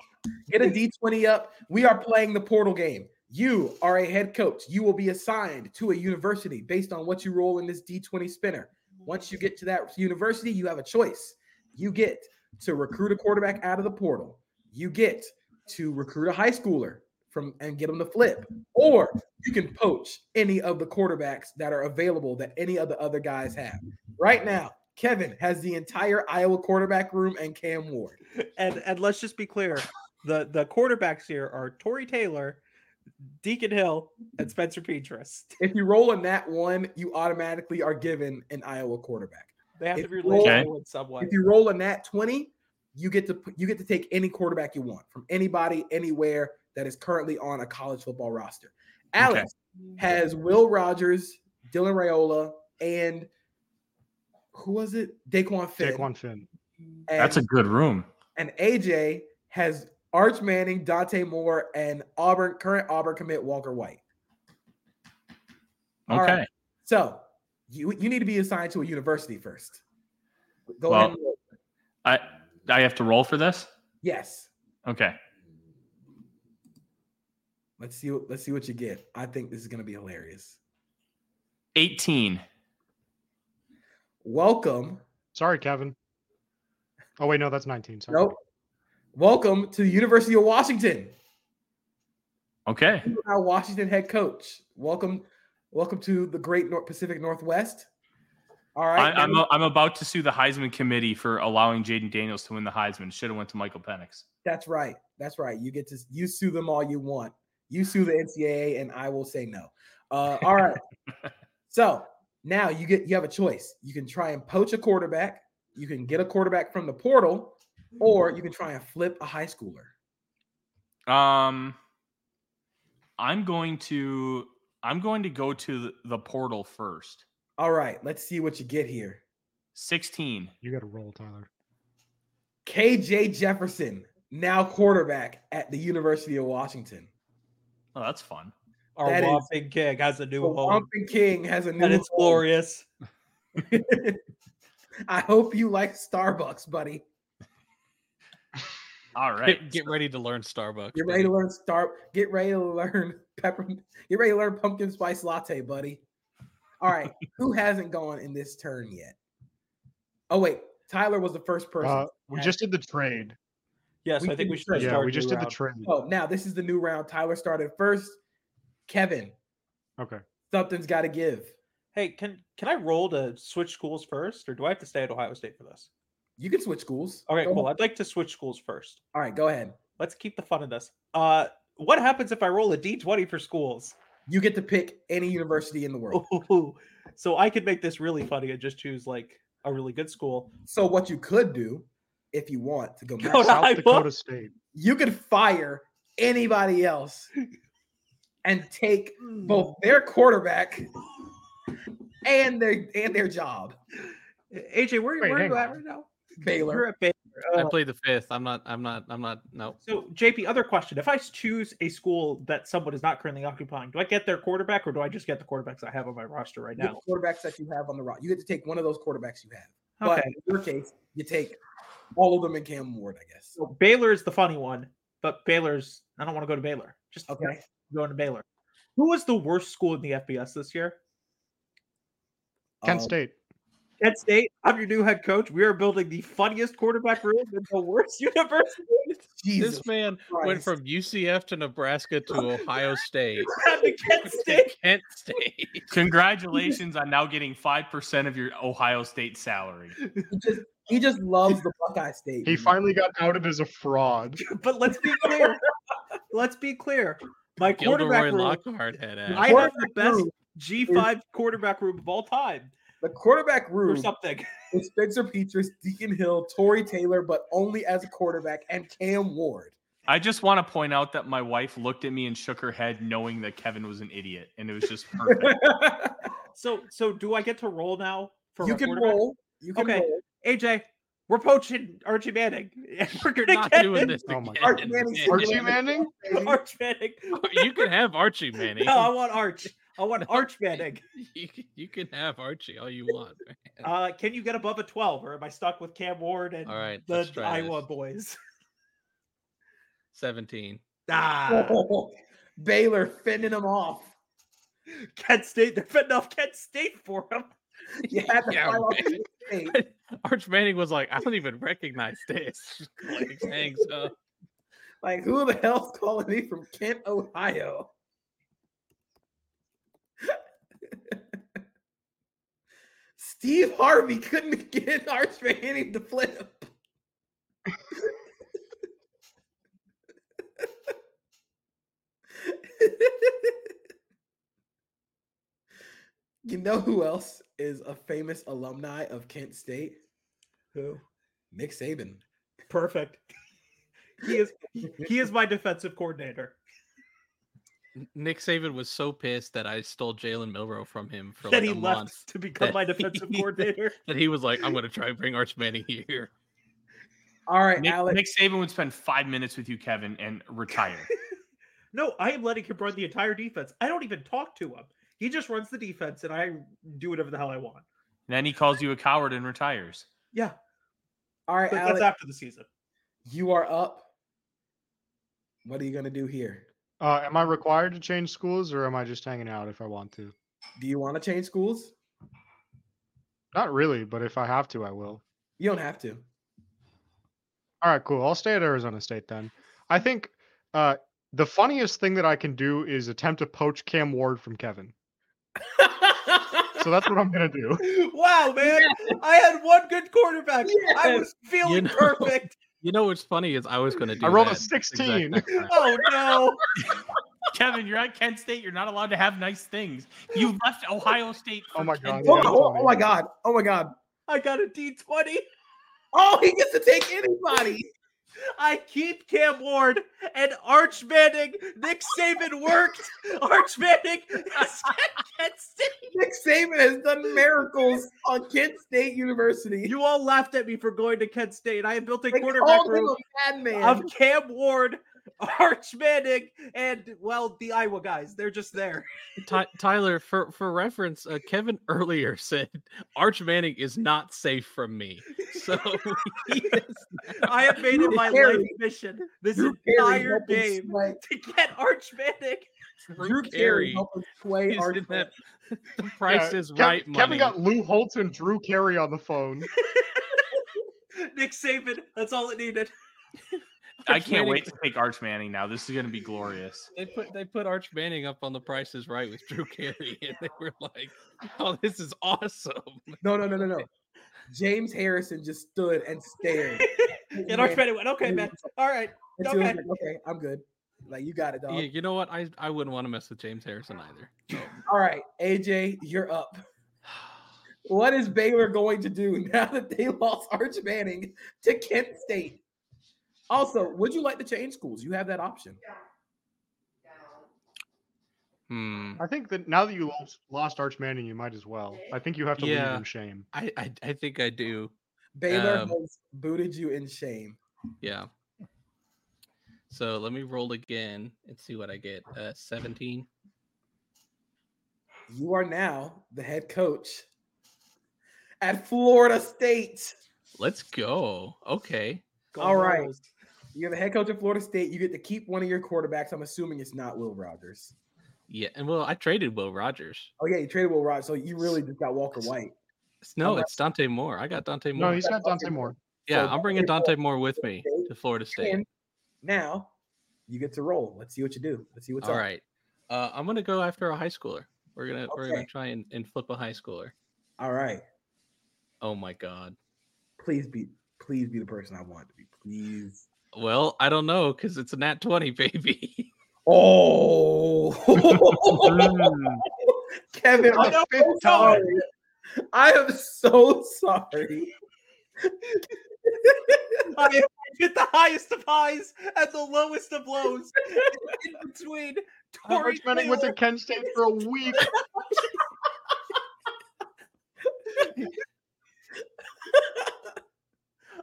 Get a D twenty up. We are playing the portal game. You are a head coach. You will be assigned to a university based on what you roll in this D twenty spinner. Once you get to that university, you have a choice. You get to recruit a quarterback out of the portal. You get to recruit a high schooler from and get them to flip, or you can poach any of the quarterbacks that are available that any of the other guys have. Right now, Kevin has the entire Iowa quarterback room and Cam Ward.
And and let's just be clear, the the quarterbacks here are Tory Taylor, Deacon Hill, and Spencer Petras.
If you roll a nat one, you automatically are given an Iowa quarterback.
They have to
If
be
you
related
roll-
in some way.
If you roll a nat twenty, you get to p- you get to take any quarterback you want from anybody anywhere that is currently on a college football roster. Alex has Will Rogers, Dylan Rayola, and who was it? Daquan Finn.
Daquan Finn.
And,
That's a good room.
and AJ has Arch Manning, Dante Moore, and Auburn current Auburn commit Walker White. All
Okay.
right. So you you need to be assigned to a university first. Go
Well-
ahead. and roll.
I I have to roll for this.
Yes.
Okay.
Let's see. What, let's see what you get. I think this is going to be hilarious.
Eighteen.
Welcome.
Sorry, Kevin. Oh wait, no, that's 19. Sorry.
Nope. Welcome to the University of Washington.
Okay.
You are Our Washington head coach. Welcome. Welcome to the Great North Pacific Northwest. All right.
I, I'm a, I'm about to sue the Heisman committee for allowing Jaden Daniels to win the Heisman. Should have went to Michael Penix.
That's right. That's right. You get to you sue them all you want. You sue the NCAA, and I will say no. Uh, all right. so now you get you have a choice. You can try and poach a quarterback. You can get a quarterback from the portal, or you can try and flip a high schooler.
Um, I'm going to I'm going to go to the, the portal first.
All right. Let's see what you get here.
Sixteen.
You got to roll, Tyler.
KJ Jefferson, now quarterback at the University of Washington.
Oh, that's fun.
Our
that is-
Whopping King has a new
The
home.
Whomping King has a new.
And it's
home.
glorious.
I hope you like Starbucks, buddy.
All right.
Get, get ready to learn Starbucks.
Get ready to
baby.
learn star. Get ready to learn peppermint. Get ready to learn pumpkin spice latte, buddy. All right, who hasn't gone in this turn yet? Oh wait, Tyler was the first person.
Uh, we just did the trade.
Yes,
We
I think we
did
should
the-
Yeah,
start.
we just
new
did the
round.
trade.
oh, now this is the new round. Tyler started first. Kevin,
Okay.
something's got to give.
Hey, can can I roll to switch schools first, or do I have to stay at Ohio State for this?
You can switch schools.
Okay,
Go-
cool. I'd like to switch schools first.
All right, go ahead.
Let's keep the fun of this. Uh, what happens if I roll a D twenty for schools?
You get to pick any university in the world.
Ooh, Oh, so I could make this really funny and just choose like a really good school.
So what you could do, if you want to go,
Go
max
to
out,
South
I
Dakota
booked-
State.
you could fire anybody else and take both their quarterback and their and their job.
AJ, where,
Wait,
where are
hang
you at
on.
right now? You're
Baylor,
at Baylor.
I
uh,
played the fifth. I'm not. I'm not. I'm not. No.
So JP, other question: If I s- choose a school that someone is not currently occupying, do I get their quarterback, or do I just get the quarterbacks I have on my roster right
the
now?
quarterbacks that you have on the roster, you get to take one of those quarterbacks you have. But
Okay.
in your case, you take all of them in Cam Ward, I guess.
So Baylor is the funny one, but Baylor's. I don't want to go to Baylor. Just
Okay.
going to Baylor. Who was the worst school in the FBS this year?
Kent
Um,
State.
Penn State. I'm your new head coach. We are building the funniest quarterback room in the worst university.
Jesus
This man went
Christ.
from UCF to Nebraska to Ohio State
at the Kent
to
State.
Kent State.
Congratulations on now getting 5% of your Ohio State salary.
He just he just loves the Buckeye State.
He finally got outed as a fraud.
But let's be clear. let's be clear. My quarterback
Gilderoy
room.
Lockhart had ass.
I have the
Quarterback
best
room-
G5 quarterback room of all time
the quarterback
or
room
something.
is Spencer Petras, Deacon Hill, Torrey Taylor, but only as a quarterback, and Cam Ward.
I just want to point out that my wife looked at me and shook her head, knowing that Kevin was an idiot, and it was just perfect.
you
So so do I get to roll now for a
can
quarterback?
roll. You can
Okay.
roll.
AJ, we're poaching Archie Manning. And we're
You're
gonna
not
get
doing this
Oh
again.
my
God. Arch Manning
man.
Arch-
Archie Manning?
Arch Manning.
you can have Archie Manning.
No, I want Arch. I want Arch Manning.
You, can- you can have Archie all you want. man.
Uh, can you get above a 12 or am I stuck with Cam Ward and
All right,
the
let's try
Iowa
this.
boys?
Seventeen.
Ah,
Baylor fending him off.
Kent State. They're fending off Kent State for him.
You had to
Yeah,
fight off
right.
the state.
Arch Manning was like, I don't even recognize this. like, hangs up.
Like, who the hell's calling me from Kent, Ohio? Steve Harvey couldn't get Arch Manning to flip. you know who else is a famous alumni of Kent State?
Who?
Nick Saban.
Perfect. He is he is my defensive coordinator.
Nick Saban was so pissed that I stole Jalen Milrow from him for
That
like
he
a
left
month
to become
that
my defensive
he-
coordinator.
that he was like, I'm gonna try and bring Arch Manning here.
All right,
Nick,
Alex.
Nick Saban would spend five minutes with you, Kevin, and retire.
No, I am letting him run the entire defense. I don't even talk to him. He just runs the defense and I do whatever the hell I want.
then he calls you a coward and retires.
Yeah,
All right,
but
Alex.
that's after the season.
You are up. What are you going to do here?
Uh, am I required to change schools or am I just hanging out if I want to?
Do you want to change schools?
Not really, but if I have to, I will.
You don't have to.
All right, cool. I'll stay at Arizona State then. I
Mm.
think uh, the funniest thing that I can do is attempt to poach Cam Ward from Kevin. So that's what I'm gonna do.
Wow, man. I had one good quarterback. I was feeling
You know-
perfect.
You know what's funny is I was gonna do
I rolled a
that.
sixteen.
exact next round.
Oh no.
Kevin, you're at Kent State. You're not allowed to have nice things. You left Ohio State.
Oh
for
my
oh,
God,
Kent State.
my,
yeah.
oh, oh my God. Oh my God.
I got a D20.
Oh, he gets to take anybody.
I keep Cam Ward and Arch Manning. Nick Saban worked. Arch Manning is at Kent State.
Nick Saban has done miracles on Kent State University.
You all laughed at me for going to Kent State. I built a
They
quarterback
called him
room
a madman.
of Cam Ward, Arch Manning, and well, the Iowa guys. They're just there.
Ty- Tyler, for for reference, uh, Kevin earlier said Arch Manning is not safe from me. So he is-
I have made it my
Drew
life
Carey-
mission this
Drew Carey
entire
helped him
game
sway-
to get Arch Manning.
Drew
Drew
Carey
Carey
helped him sway
is
Arch
in that the
Yeah,
price is
Kev-
right money.
Kevin got Lou Holtz and Drew Carey on the phone.
Nick Saban. That's all it needed.
I
Arch
can't
Manning-
wait to take Arch Manning now. This is going to be glorious.
They put they put Arch Manning up on the Price is Right with Drew Carey, and they were like, "Oh, this is awesome!"
No, no, no, no, no. James Harrison just stood and stared.
And Arch Manning went, okay, man. All right.
And Tua was
okay.
like, okay, I'm good. Like, you got it, dog.
Yeah, you know what? I I wouldn't want to mess with James Harrison either.
All right, AJ, you're up. What is Baylor going to do now that they lost Arch Manning to Kent State? Also, would you like to change schools? You have that option.
Hmm.
I think that now that you lost, lost Arch Manning, you might as well. I think you have to leave
Yeah.
in shame.
I, I I think I do.
Baylor
Um,
has booted you in shame.
Yeah. So let me roll again and see what I get. Uh, Seventeen.
You are now the head coach at Florida State.
Let's go. Okay.
All right. You're the head coach at Florida State. You get to keep one of your quarterbacks. I'm assuming it's not Will Rogers.
Yeah, and well, I traded Will Rogers.
Oh, yeah, you traded Will Rogers. So you really just got Walker White.
No, it's Dante Moore. I got Dante Moore.
No, he's got Dante Moore.
yeah,
so
I'm bringing Dante Moore with me to Florida State.
And now you get to roll. Let's see what you do. Let's see what's
All
up.
right. Uh, I'm gonna go after a high schooler. We're gonna we're
Okay.
gonna try and, and flip a high schooler.
All right.
Oh my god.
Please be please be the person I want to be. Please.
Well, I don't know because it's a nat twenty, baby.
Oh
Mm.
Kevin,
For
I'm
the
so
fifth time.
sorry. I am so sorry.
I hit the highest of highs at the lowest of lows. In between,
I've
Tory
been spending with the
Taylor-
Kent State for a week.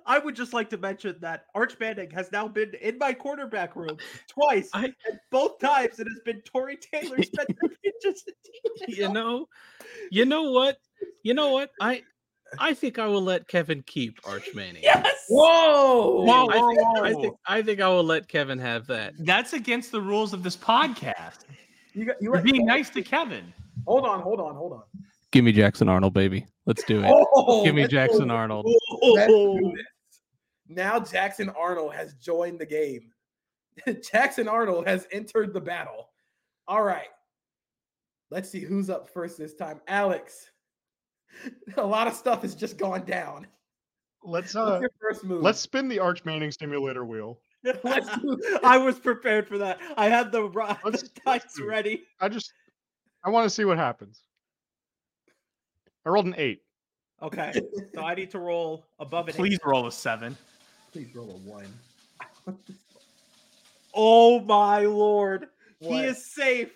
I would just like to mention that Arch Manning has now been in my quarterback room twice,
I-
and both times it has been Tory Taylor. Spencer Petras, and DJ
you know, you know what? You know what? I I think I will let Kevin keep Arch Manning.
Yes.
Whoa.
Whoa,
I
whoa,
think,
whoa.
I think I think I will let Kevin have that.
That's against the rules of this podcast.
You got you
You're
let
being nice to Kevin.
Hold on, hold on, hold on.
Give me Jackson Arnold, baby. Let's do it.
Oh,
Give me
let's go.
Jackson Arnold.
Let's do this. Now Jackson Arnold has joined the game. Jackson Arnold has entered the battle. All right. Let's see who's up first this time. Alex. A lot of stuff has just gone down. What's
Let's uh
your first move?
let's spin the Arch Manning simulator wheel.
Let's do this.
I was prepared for that. I had the, ro-
Let's-
the
let's
dice
do it.
ready.
I just I want to see what happens. I rolled an eight.
Okay, so I need to roll above an eight.
Please roll a seven.
Please roll a one.
Oh my lord,
What?
he is safe.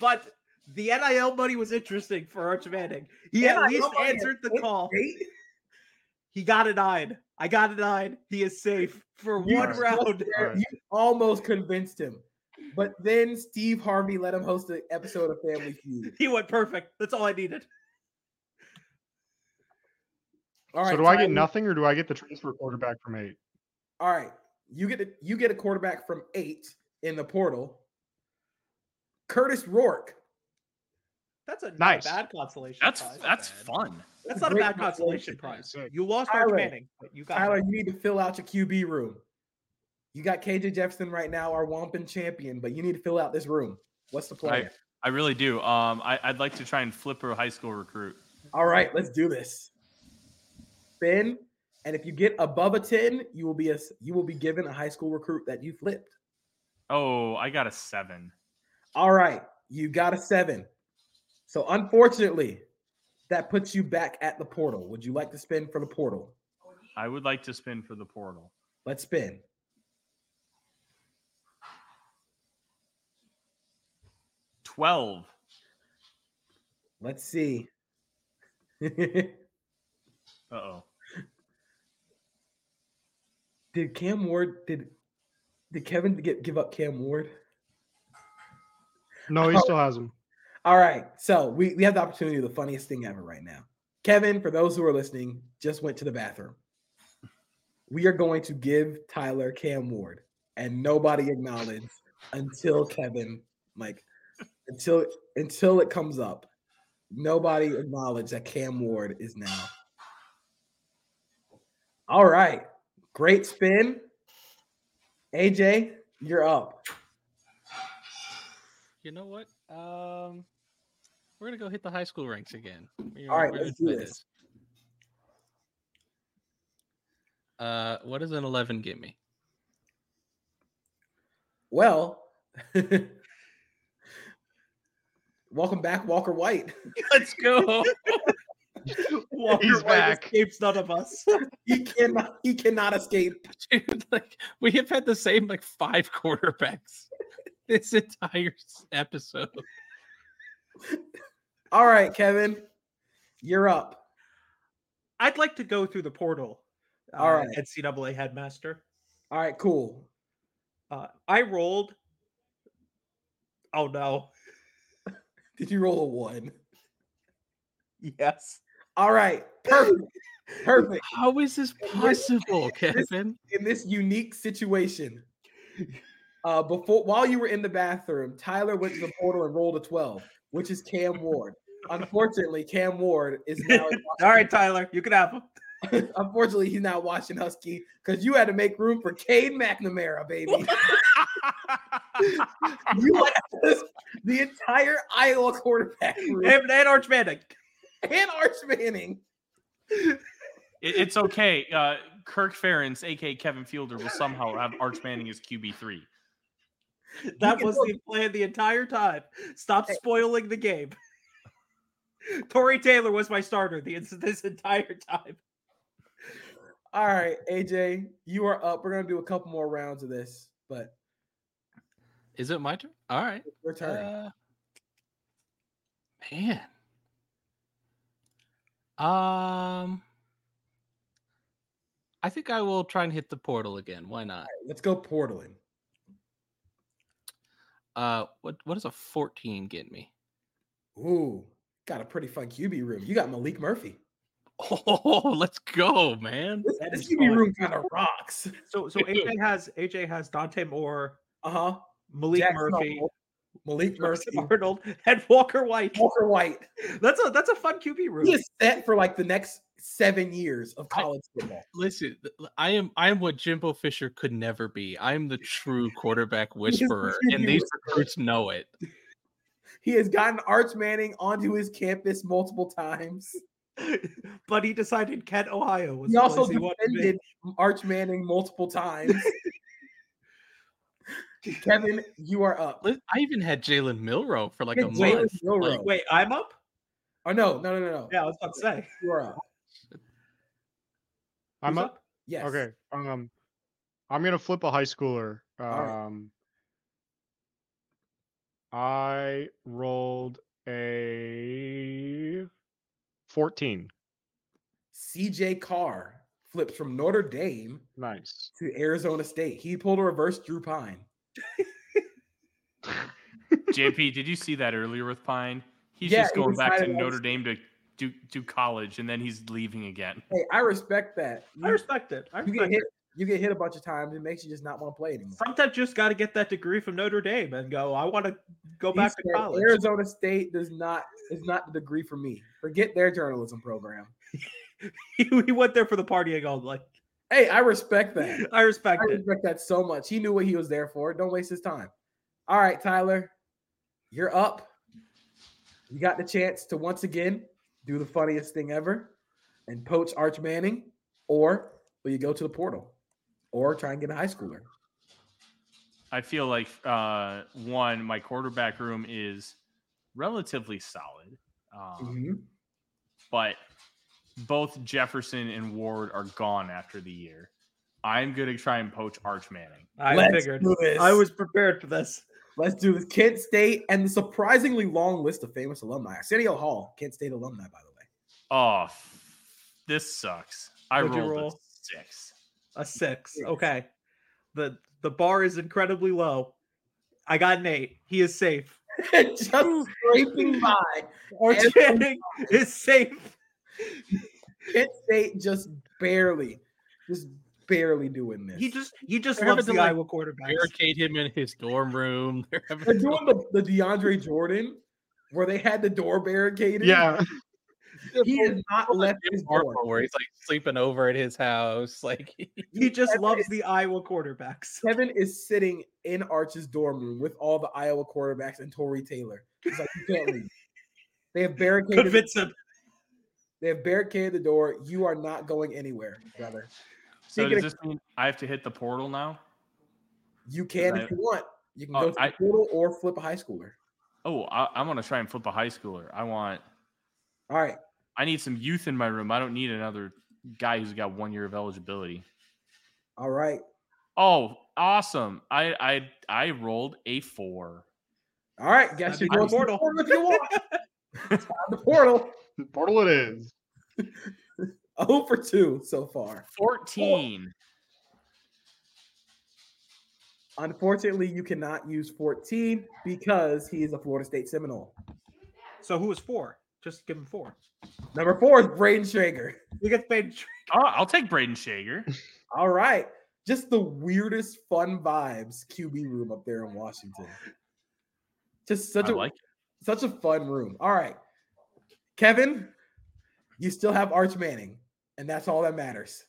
But the NIL money was interesting for Arch Manning. He at
NIL
least
money is
answered the
eight-
call.
eight?
He got a nine. I got a nine. He is safe for
You
one
just-
round.
there-
Alright.
You almost convinced him. But then Steve Harvey let him host an episode of Family Feud.
He went perfect. That's all I needed.
All right.
so do I get
Tyler.
nothing or do I get the transfer quarterback from eight?
All right, you get a, you get a quarterback from eight in the portal. Curtis Rourke.
That's a nice.
Nice.
bad consolation.
That's
prize.
that's
bad.
fun.
that's not a
great
bad
consolation
consolation prize.
prize.
You lost Arch
Tyler.
Manning, but you got
Tyler,
him.
you need to fill out your QB room. You got KJ Jefferson right now, our Wampin champion, but you need to fill out this room. What's the plan?
Right. I really do. Um, I, I'd like to try and flip a high school recruit.
All right, let's do this. Spin, and if you get above a ten, you will be a s- you will be given a high school recruit that you flipped.
Oh, I got a seven.
All right, you got a seven. So unfortunately, that puts you back at the portal. Would you like to spin for the portal?
I would like to spin for the portal.
Let's spin.
Twelve.
Let's see.
Uh oh.
did Cam Ward did did Kevin get, give up Cam Ward?
No, he
Oh.
still has him.
All right. So we, we have the opportunity of the funniest thing ever right now. Kevin, for those who are listening, just went to the bathroom. We are going to give Tyler Cam Ward and nobody acknowledge until Kevin, like until until it comes up. Nobody acknowledge that Cam Ward is now. All right. Great spin. AJ, you're up.
You know what? Um, we're gonna go hit the high school ranks again. We're-
All right,
we're
let's
gonna
do
try
this.
this. Uh, what does an eleven give me?
Well, welcome back, Walker White.
Let's go.
Walker
He's
White
back.
escapes none of us.
He cannot. He cannot escape.
Dude, like we have had the same like five quarterbacks this entire s- episode.
All right, Kevin, you're up.
I'd like to go through the portal.
All
uh,
right.
NCAA headmaster.
All right, cool.
Uh, I rolled. Oh no!
Did you roll a one?
Yes.
All right, perfect, perfect.
How is this possible, Kevin?
In this unique situation, uh, before while you were in the bathroom, Tyler went to the portal and rolled a twelve, which is Cam Ward. Unfortunately, Cam Ward is now.
All right, Tyler, you can have him.
Unfortunately, he's not watching Husky because you had to make room for Cade McNamara, baby. you left the entire Iowa quarterback room
And, and Arch Manning.
and Arch Manning.
It- it's okay. Uh, Kirk Ferentz, aka Kevin Fielder, will somehow have Arch Manning as QB three.
That
can
was the plan the entire time. Stop spoiling the game. Corey Taylor was my starter the this entire time.
All right, AJ, you are up. We're gonna do a couple more rounds of this, but
Is it my turn? All right.
we're turning.
Uh, man. Um I think I will try and hit the portal again. Why not?
Let's go portaling.
Uh what what does a 14 get me?
Ooh, got a pretty fun QB room. You got Malik Murphy.
Oh, let's go, man.
This,
That
this
is
QB
fun.
room kind of rocks.
So so AJ has AJ has Dante Moore,
Uh huh.
Malik Murphy,
Malik Murphy,
Harrison Arnold, Oh. and Walker White.
Walker White.
That's a that's a fun QB room.
He is set for like the next seven years of college football.
Listen, th- l- I am I am what Jimbo Fisher could never be. I am the true quarterback
is the
whisperer,
true
and these
whisperer.
recruits know it.
He has gotten Arch Manning onto his campus multiple times.
but he decided Kent, Ohio was
He
the
also
place he wanted to be.
defended Arch Manning multiple times. Kevin, you are up.
Li- I even had Jalen Milrow for like a
Jalen
month.
Milrow.
Like,
Wait, I'm up?
Oh no, no, no, no, no.
Yeah, I was about to say.
You are up.
I'm
Who's
up.
Yes.
Okay. Um, I'm gonna flip a high schooler.
right.
Um, I rolled a fourteen.
CJ Carr flips from Notre Dame
Nice.
to Arizona State. He pulled a reverse Drew Pine.
JP, did you see that earlier with Pine? He's
Yeah,
just
he
going back to
decided I
Notre
was-
Dame to do do college, and then he's leaving again.
Hey, I respect that.
I
You,
respect it. I
you get
respect
hit.
it.
You get hit a bunch of times. It makes you just not want to play anymore.
Sometimes you just got to get that degree from Notre Dame and go, I want to go
He
back to
said,
college.
Arizona State does not is not the degree for me. Forget their journalism program.
he went there for the partying only.
Hey, I respect that.
I
I
respect it.
respect that so much. He knew what he was there for. Don't waste his time. All right, Tyler, you're up. You got the chance to once again do the funniest thing ever and poach Arch Manning, or will you go to the portal or try and get a high schooler?
I feel like uh, one, my quarterback room is relatively solid, um,
Mhm.
but both Jefferson and Ward are gone after the year. I'm gonna try and poach Arch Manning.
I
Let's
figured.
do this.
I was prepared for this.
Let's do this. Kent State and the surprisingly long list of famous alumni. Arsenio Hall, Kent State alumni, by the way.
Oh, f- this sucks. I
What'd you
rolled
roll?
a six.
A six.
Yes.
Okay. The the bar is incredibly low. I got an eight. He is safe.
Just scraping by.
Arch
Every-
Manning is safe.
Kent State just barely, just barely doing this.
He just he just
They're
loves the
having to, like,
Iowa quarterback.
barricade him in his dorm room. They're having
They're
to-
doing the, the DeAndre Jordan where they had the door barricaded.
Yeah.
He has not left his
Jim
door.
Harbaugh, where he's like sleeping over at his house. Like
He just loves the Iowa quarterbacks.
Kevin is sitting in Arch's dorm room with all the Iowa quarterbacks and Tory Taylor. He's like, you can't leave. They have barricaded.
Convince him.
They have barricaded the door. You are not going anywhere, brother.
So
Speaking
does this mean I have to hit the portal now?
You can if
Right.
you want. You can
Oh,
go to
I-
the portal or flip a high schooler.
Oh, I, I'm gonna try and flip a high schooler. I want.
All right.
I need some youth in my room. I don't need another guy who's got one year of eligibility.
All right.
Oh, awesome! I I I rolled a four.
All right. Guess
Time
you're going
to
to
portal.
the portal if you want. Time to portal.
Portal it is.
0 for 2 so far.
Fourteen.
Unfortunately, you cannot use 14 because he is a Florida State Seminole.
So who was four? Just give him four.
Number four is Braden Schrager.
He gets paid. tr-
Oh, I'll take Braden Shager.
All right. Just the weirdest fun vibes QB room up there in Washington. Just such
I
a
like
such a fun room. All right. Kevin, you still have Arch Manning, and that's all that matters.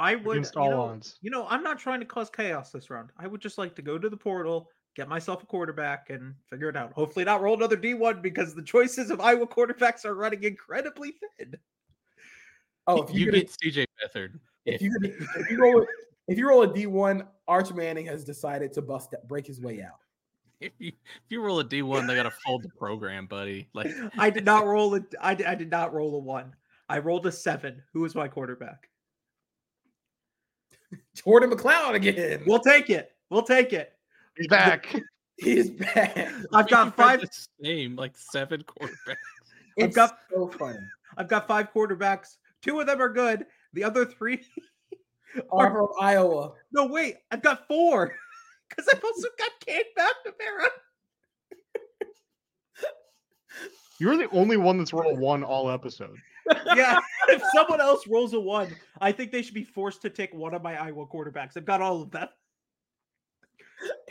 I would
against
you
all
know,
odds.
You know, I'm not trying to cause chaos this round. I would just like to go to the portal, get myself a quarterback, and figure it out. Hopefully, not roll another D1 because the choices of Iowa quarterbacks are running incredibly thin.
Oh, if
you
you, get
get CJ Beathard.
if you could- if you roll if you roll a D one, Arch Manning has decided to bust that, break his way out.
If you, if you roll a D one, they gotta fold the program, buddy. Like
I did not roll a. I did, I did not roll a one. I rolled a seven. Who was my quarterback?
Jordan McLeod again.
We'll take it. We'll take it.
He's back.
He's back.
I've got
we've had
five.
the same, like seven quarterbacks.
I've
It's
got-
so funny.
I've got five quarterbacks. Two of them are good. The other three
Are from Iowa.
No, wait, I've got four because I've also got Cade McNamara.
You're the only one that's rolled one all episode.
Yeah, if someone else rolls a one, I think they should be forced to take one of my Iowa quarterbacks. I've got all of them.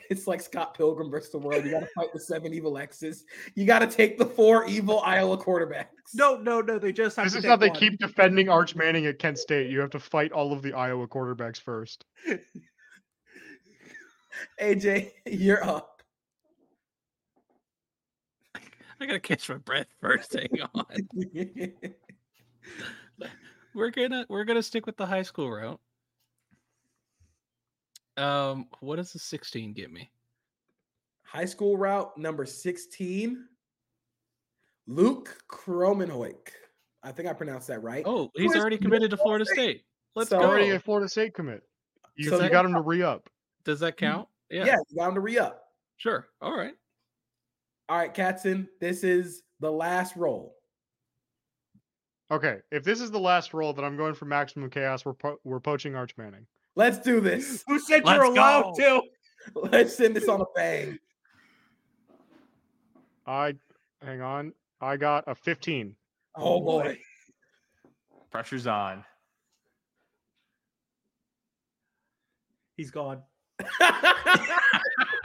It's like Scott Pilgrim versus the world. You got to fight the seven evil exes. You got to take the four evil Iowa quarterbacks.
No, no, no, they just have
This
to
is
take
how they
one.
keep defending Arch Manning at Kent State. You have to fight all of the Iowa quarterbacks first.
AJ, you're up.
I gotta catch my breath first. Hang on. We're gonna we're gonna stick with the high school route. Um, what does the sixteen get me?
High school route number 16. Luke Kromenhoik. I think I pronounced that right.
Oh, he's
is
already
it?
committed to Florida State. Let's
So-
Oh.
go.
Already a Florida State commit. You,
So
you got him to re up.
Does that count?
yeah.
Yeah,
you got him to re up.
Sure. All right.
All right, Katzen, this is the last roll.
Okay, if this is the last roll, then I'm going for maximum chaos. We're po- we're poaching Arch Manning.
Let's do this.
Who said
Let's
you're allowed to?
Let's send this on a bang.
I hang on. I got a 15.
Oh, boy.
Pressure's on.
He's gone.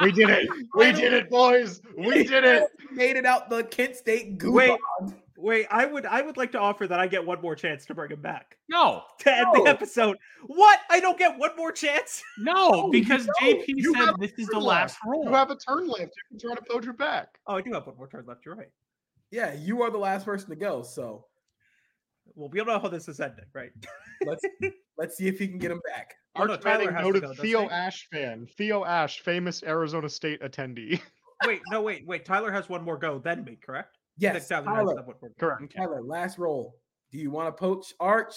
We did it. We did it, boys. We did it.
Made it out the Kent State goo
Wait.
bond.
Wait, I would I would like to offer that I get one more chance to bring him back
No,
to end
No.
the episode. What? I don't get one more chance? Oh,
no,
you
because
don't.
JP
You
said
have
this is the
turn
last
left.
roll.
You have a turn left. You can try to poach her back.
Oh, I do have one more turn left. You're right.
Yeah, you are the last person to go. So
Well, we don't know how this is ending, right?
let's let's see if he can get him back.
Oh, no,
Arch
Tyler
Manning,
has to
noted
go, doesn't
Theo
he?
Ash fan. Theo Ash, famous Arizona State attendee.
wait, no, wait, wait. Tyler has one more go than me, correct?
Yes,
Tyler,
Tyler,
has one more go.
Correct.
Tyler, last roll. Do you want to poach Arch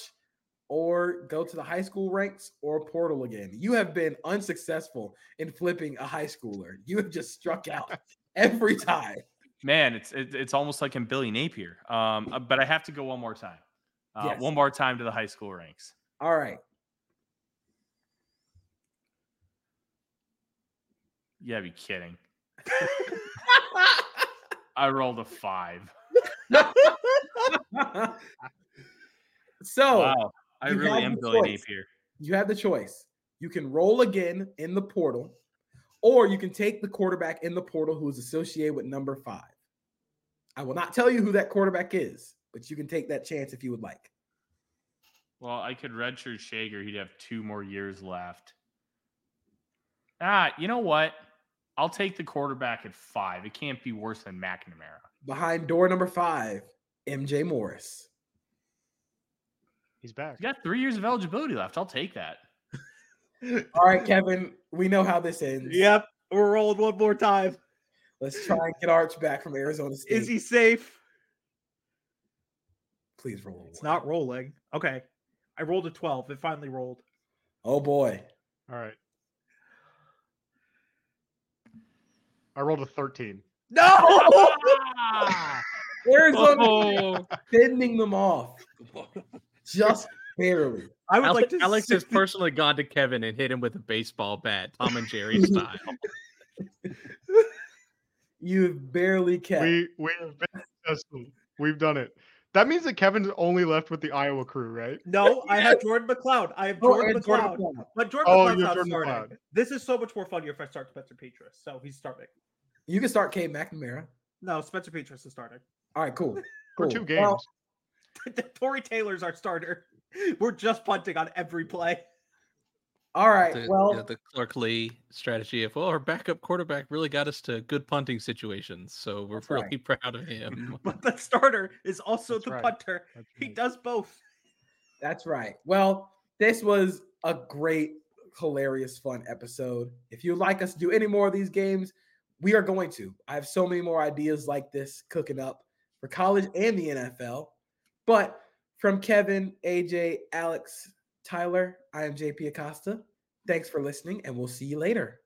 or go to the high school ranks or portal again? You have been unsuccessful in flipping a high schooler. You have just struck out every time.
Man, it's it, it's almost like in Billy Napier. Um, uh, but I have to go one more time. Uh,
Yes.
One more time to the high school ranks.
All right.
You gotta be kidding. I rolled a five.
so
wow, I
Oh, you
really
have
am
the
Billy
choice.
Napier.
you have the choice. You can roll again in the portal, or you can take the quarterback in the portal who is associated with number five. I will not tell you who that quarterback is, but you can take that chance if you would like.
Well, I could redshirt Shager. He'd have two more years left. Ah, you know what? I'll take the quarterback at five. It can't be worse than McNamara.
Behind door number five, MJ Morris.
He's back.
You got three years of eligibility left. I'll take that.
All right, Kevin, we know how this ends.
Yep, we're rolling one more time.
Let's try and get Arch back from Arizona State.
Is he safe?
Please roll. a
It's
one.
not rolling. Okay, I rolled a twelve. It finally rolled.
Oh boy.
All right. I rolled a 13.
No,
Ah!
Arizona State
Oh,
fending them off. Just barely.
I would
Alex,
like to.
Alex
see-
has personally gone to Kevin and hit him with a baseball bat, Tom and Jerry style.
You've barely kept.
We we have been successful. We've done it. That means that Kevin's only left with the Iowa crew, right?
No, I have Jordan McLeod. I have
Oh,
Jordan
and
McLeod.
Jordan McLeod.
But Jordan
Oh,
McLeod's
you're
not
Jordan
starting.
McLeod.
This is so much more fun if I start Spencer Petras. So he's starting.
You can start Cade McNamara.
No, Spencer Petras is starting.
All right, cool.
for
Cool.
two games.
Oh, Well,
Tory Taylor's our starter. We're just punting on every play.
All right.
The,
well,
yeah, the Clark Lee strategy of well, our backup quarterback really got us to good punting situations, so we're
That's right.
really proud of him.
But the starter is also
That's
the
right. Mm.
punter.
That's
He
right.
does both.
That's right. Well, this was a great, hilarious, fun episode. If you'd like us to do any more of these games, we are going to. I have so many more ideas like this cooking up for college and the NFL. But from Kevin, AJ, Alex, Tyler, I am JP Acosta. Thanks for listening, and we'll see you later.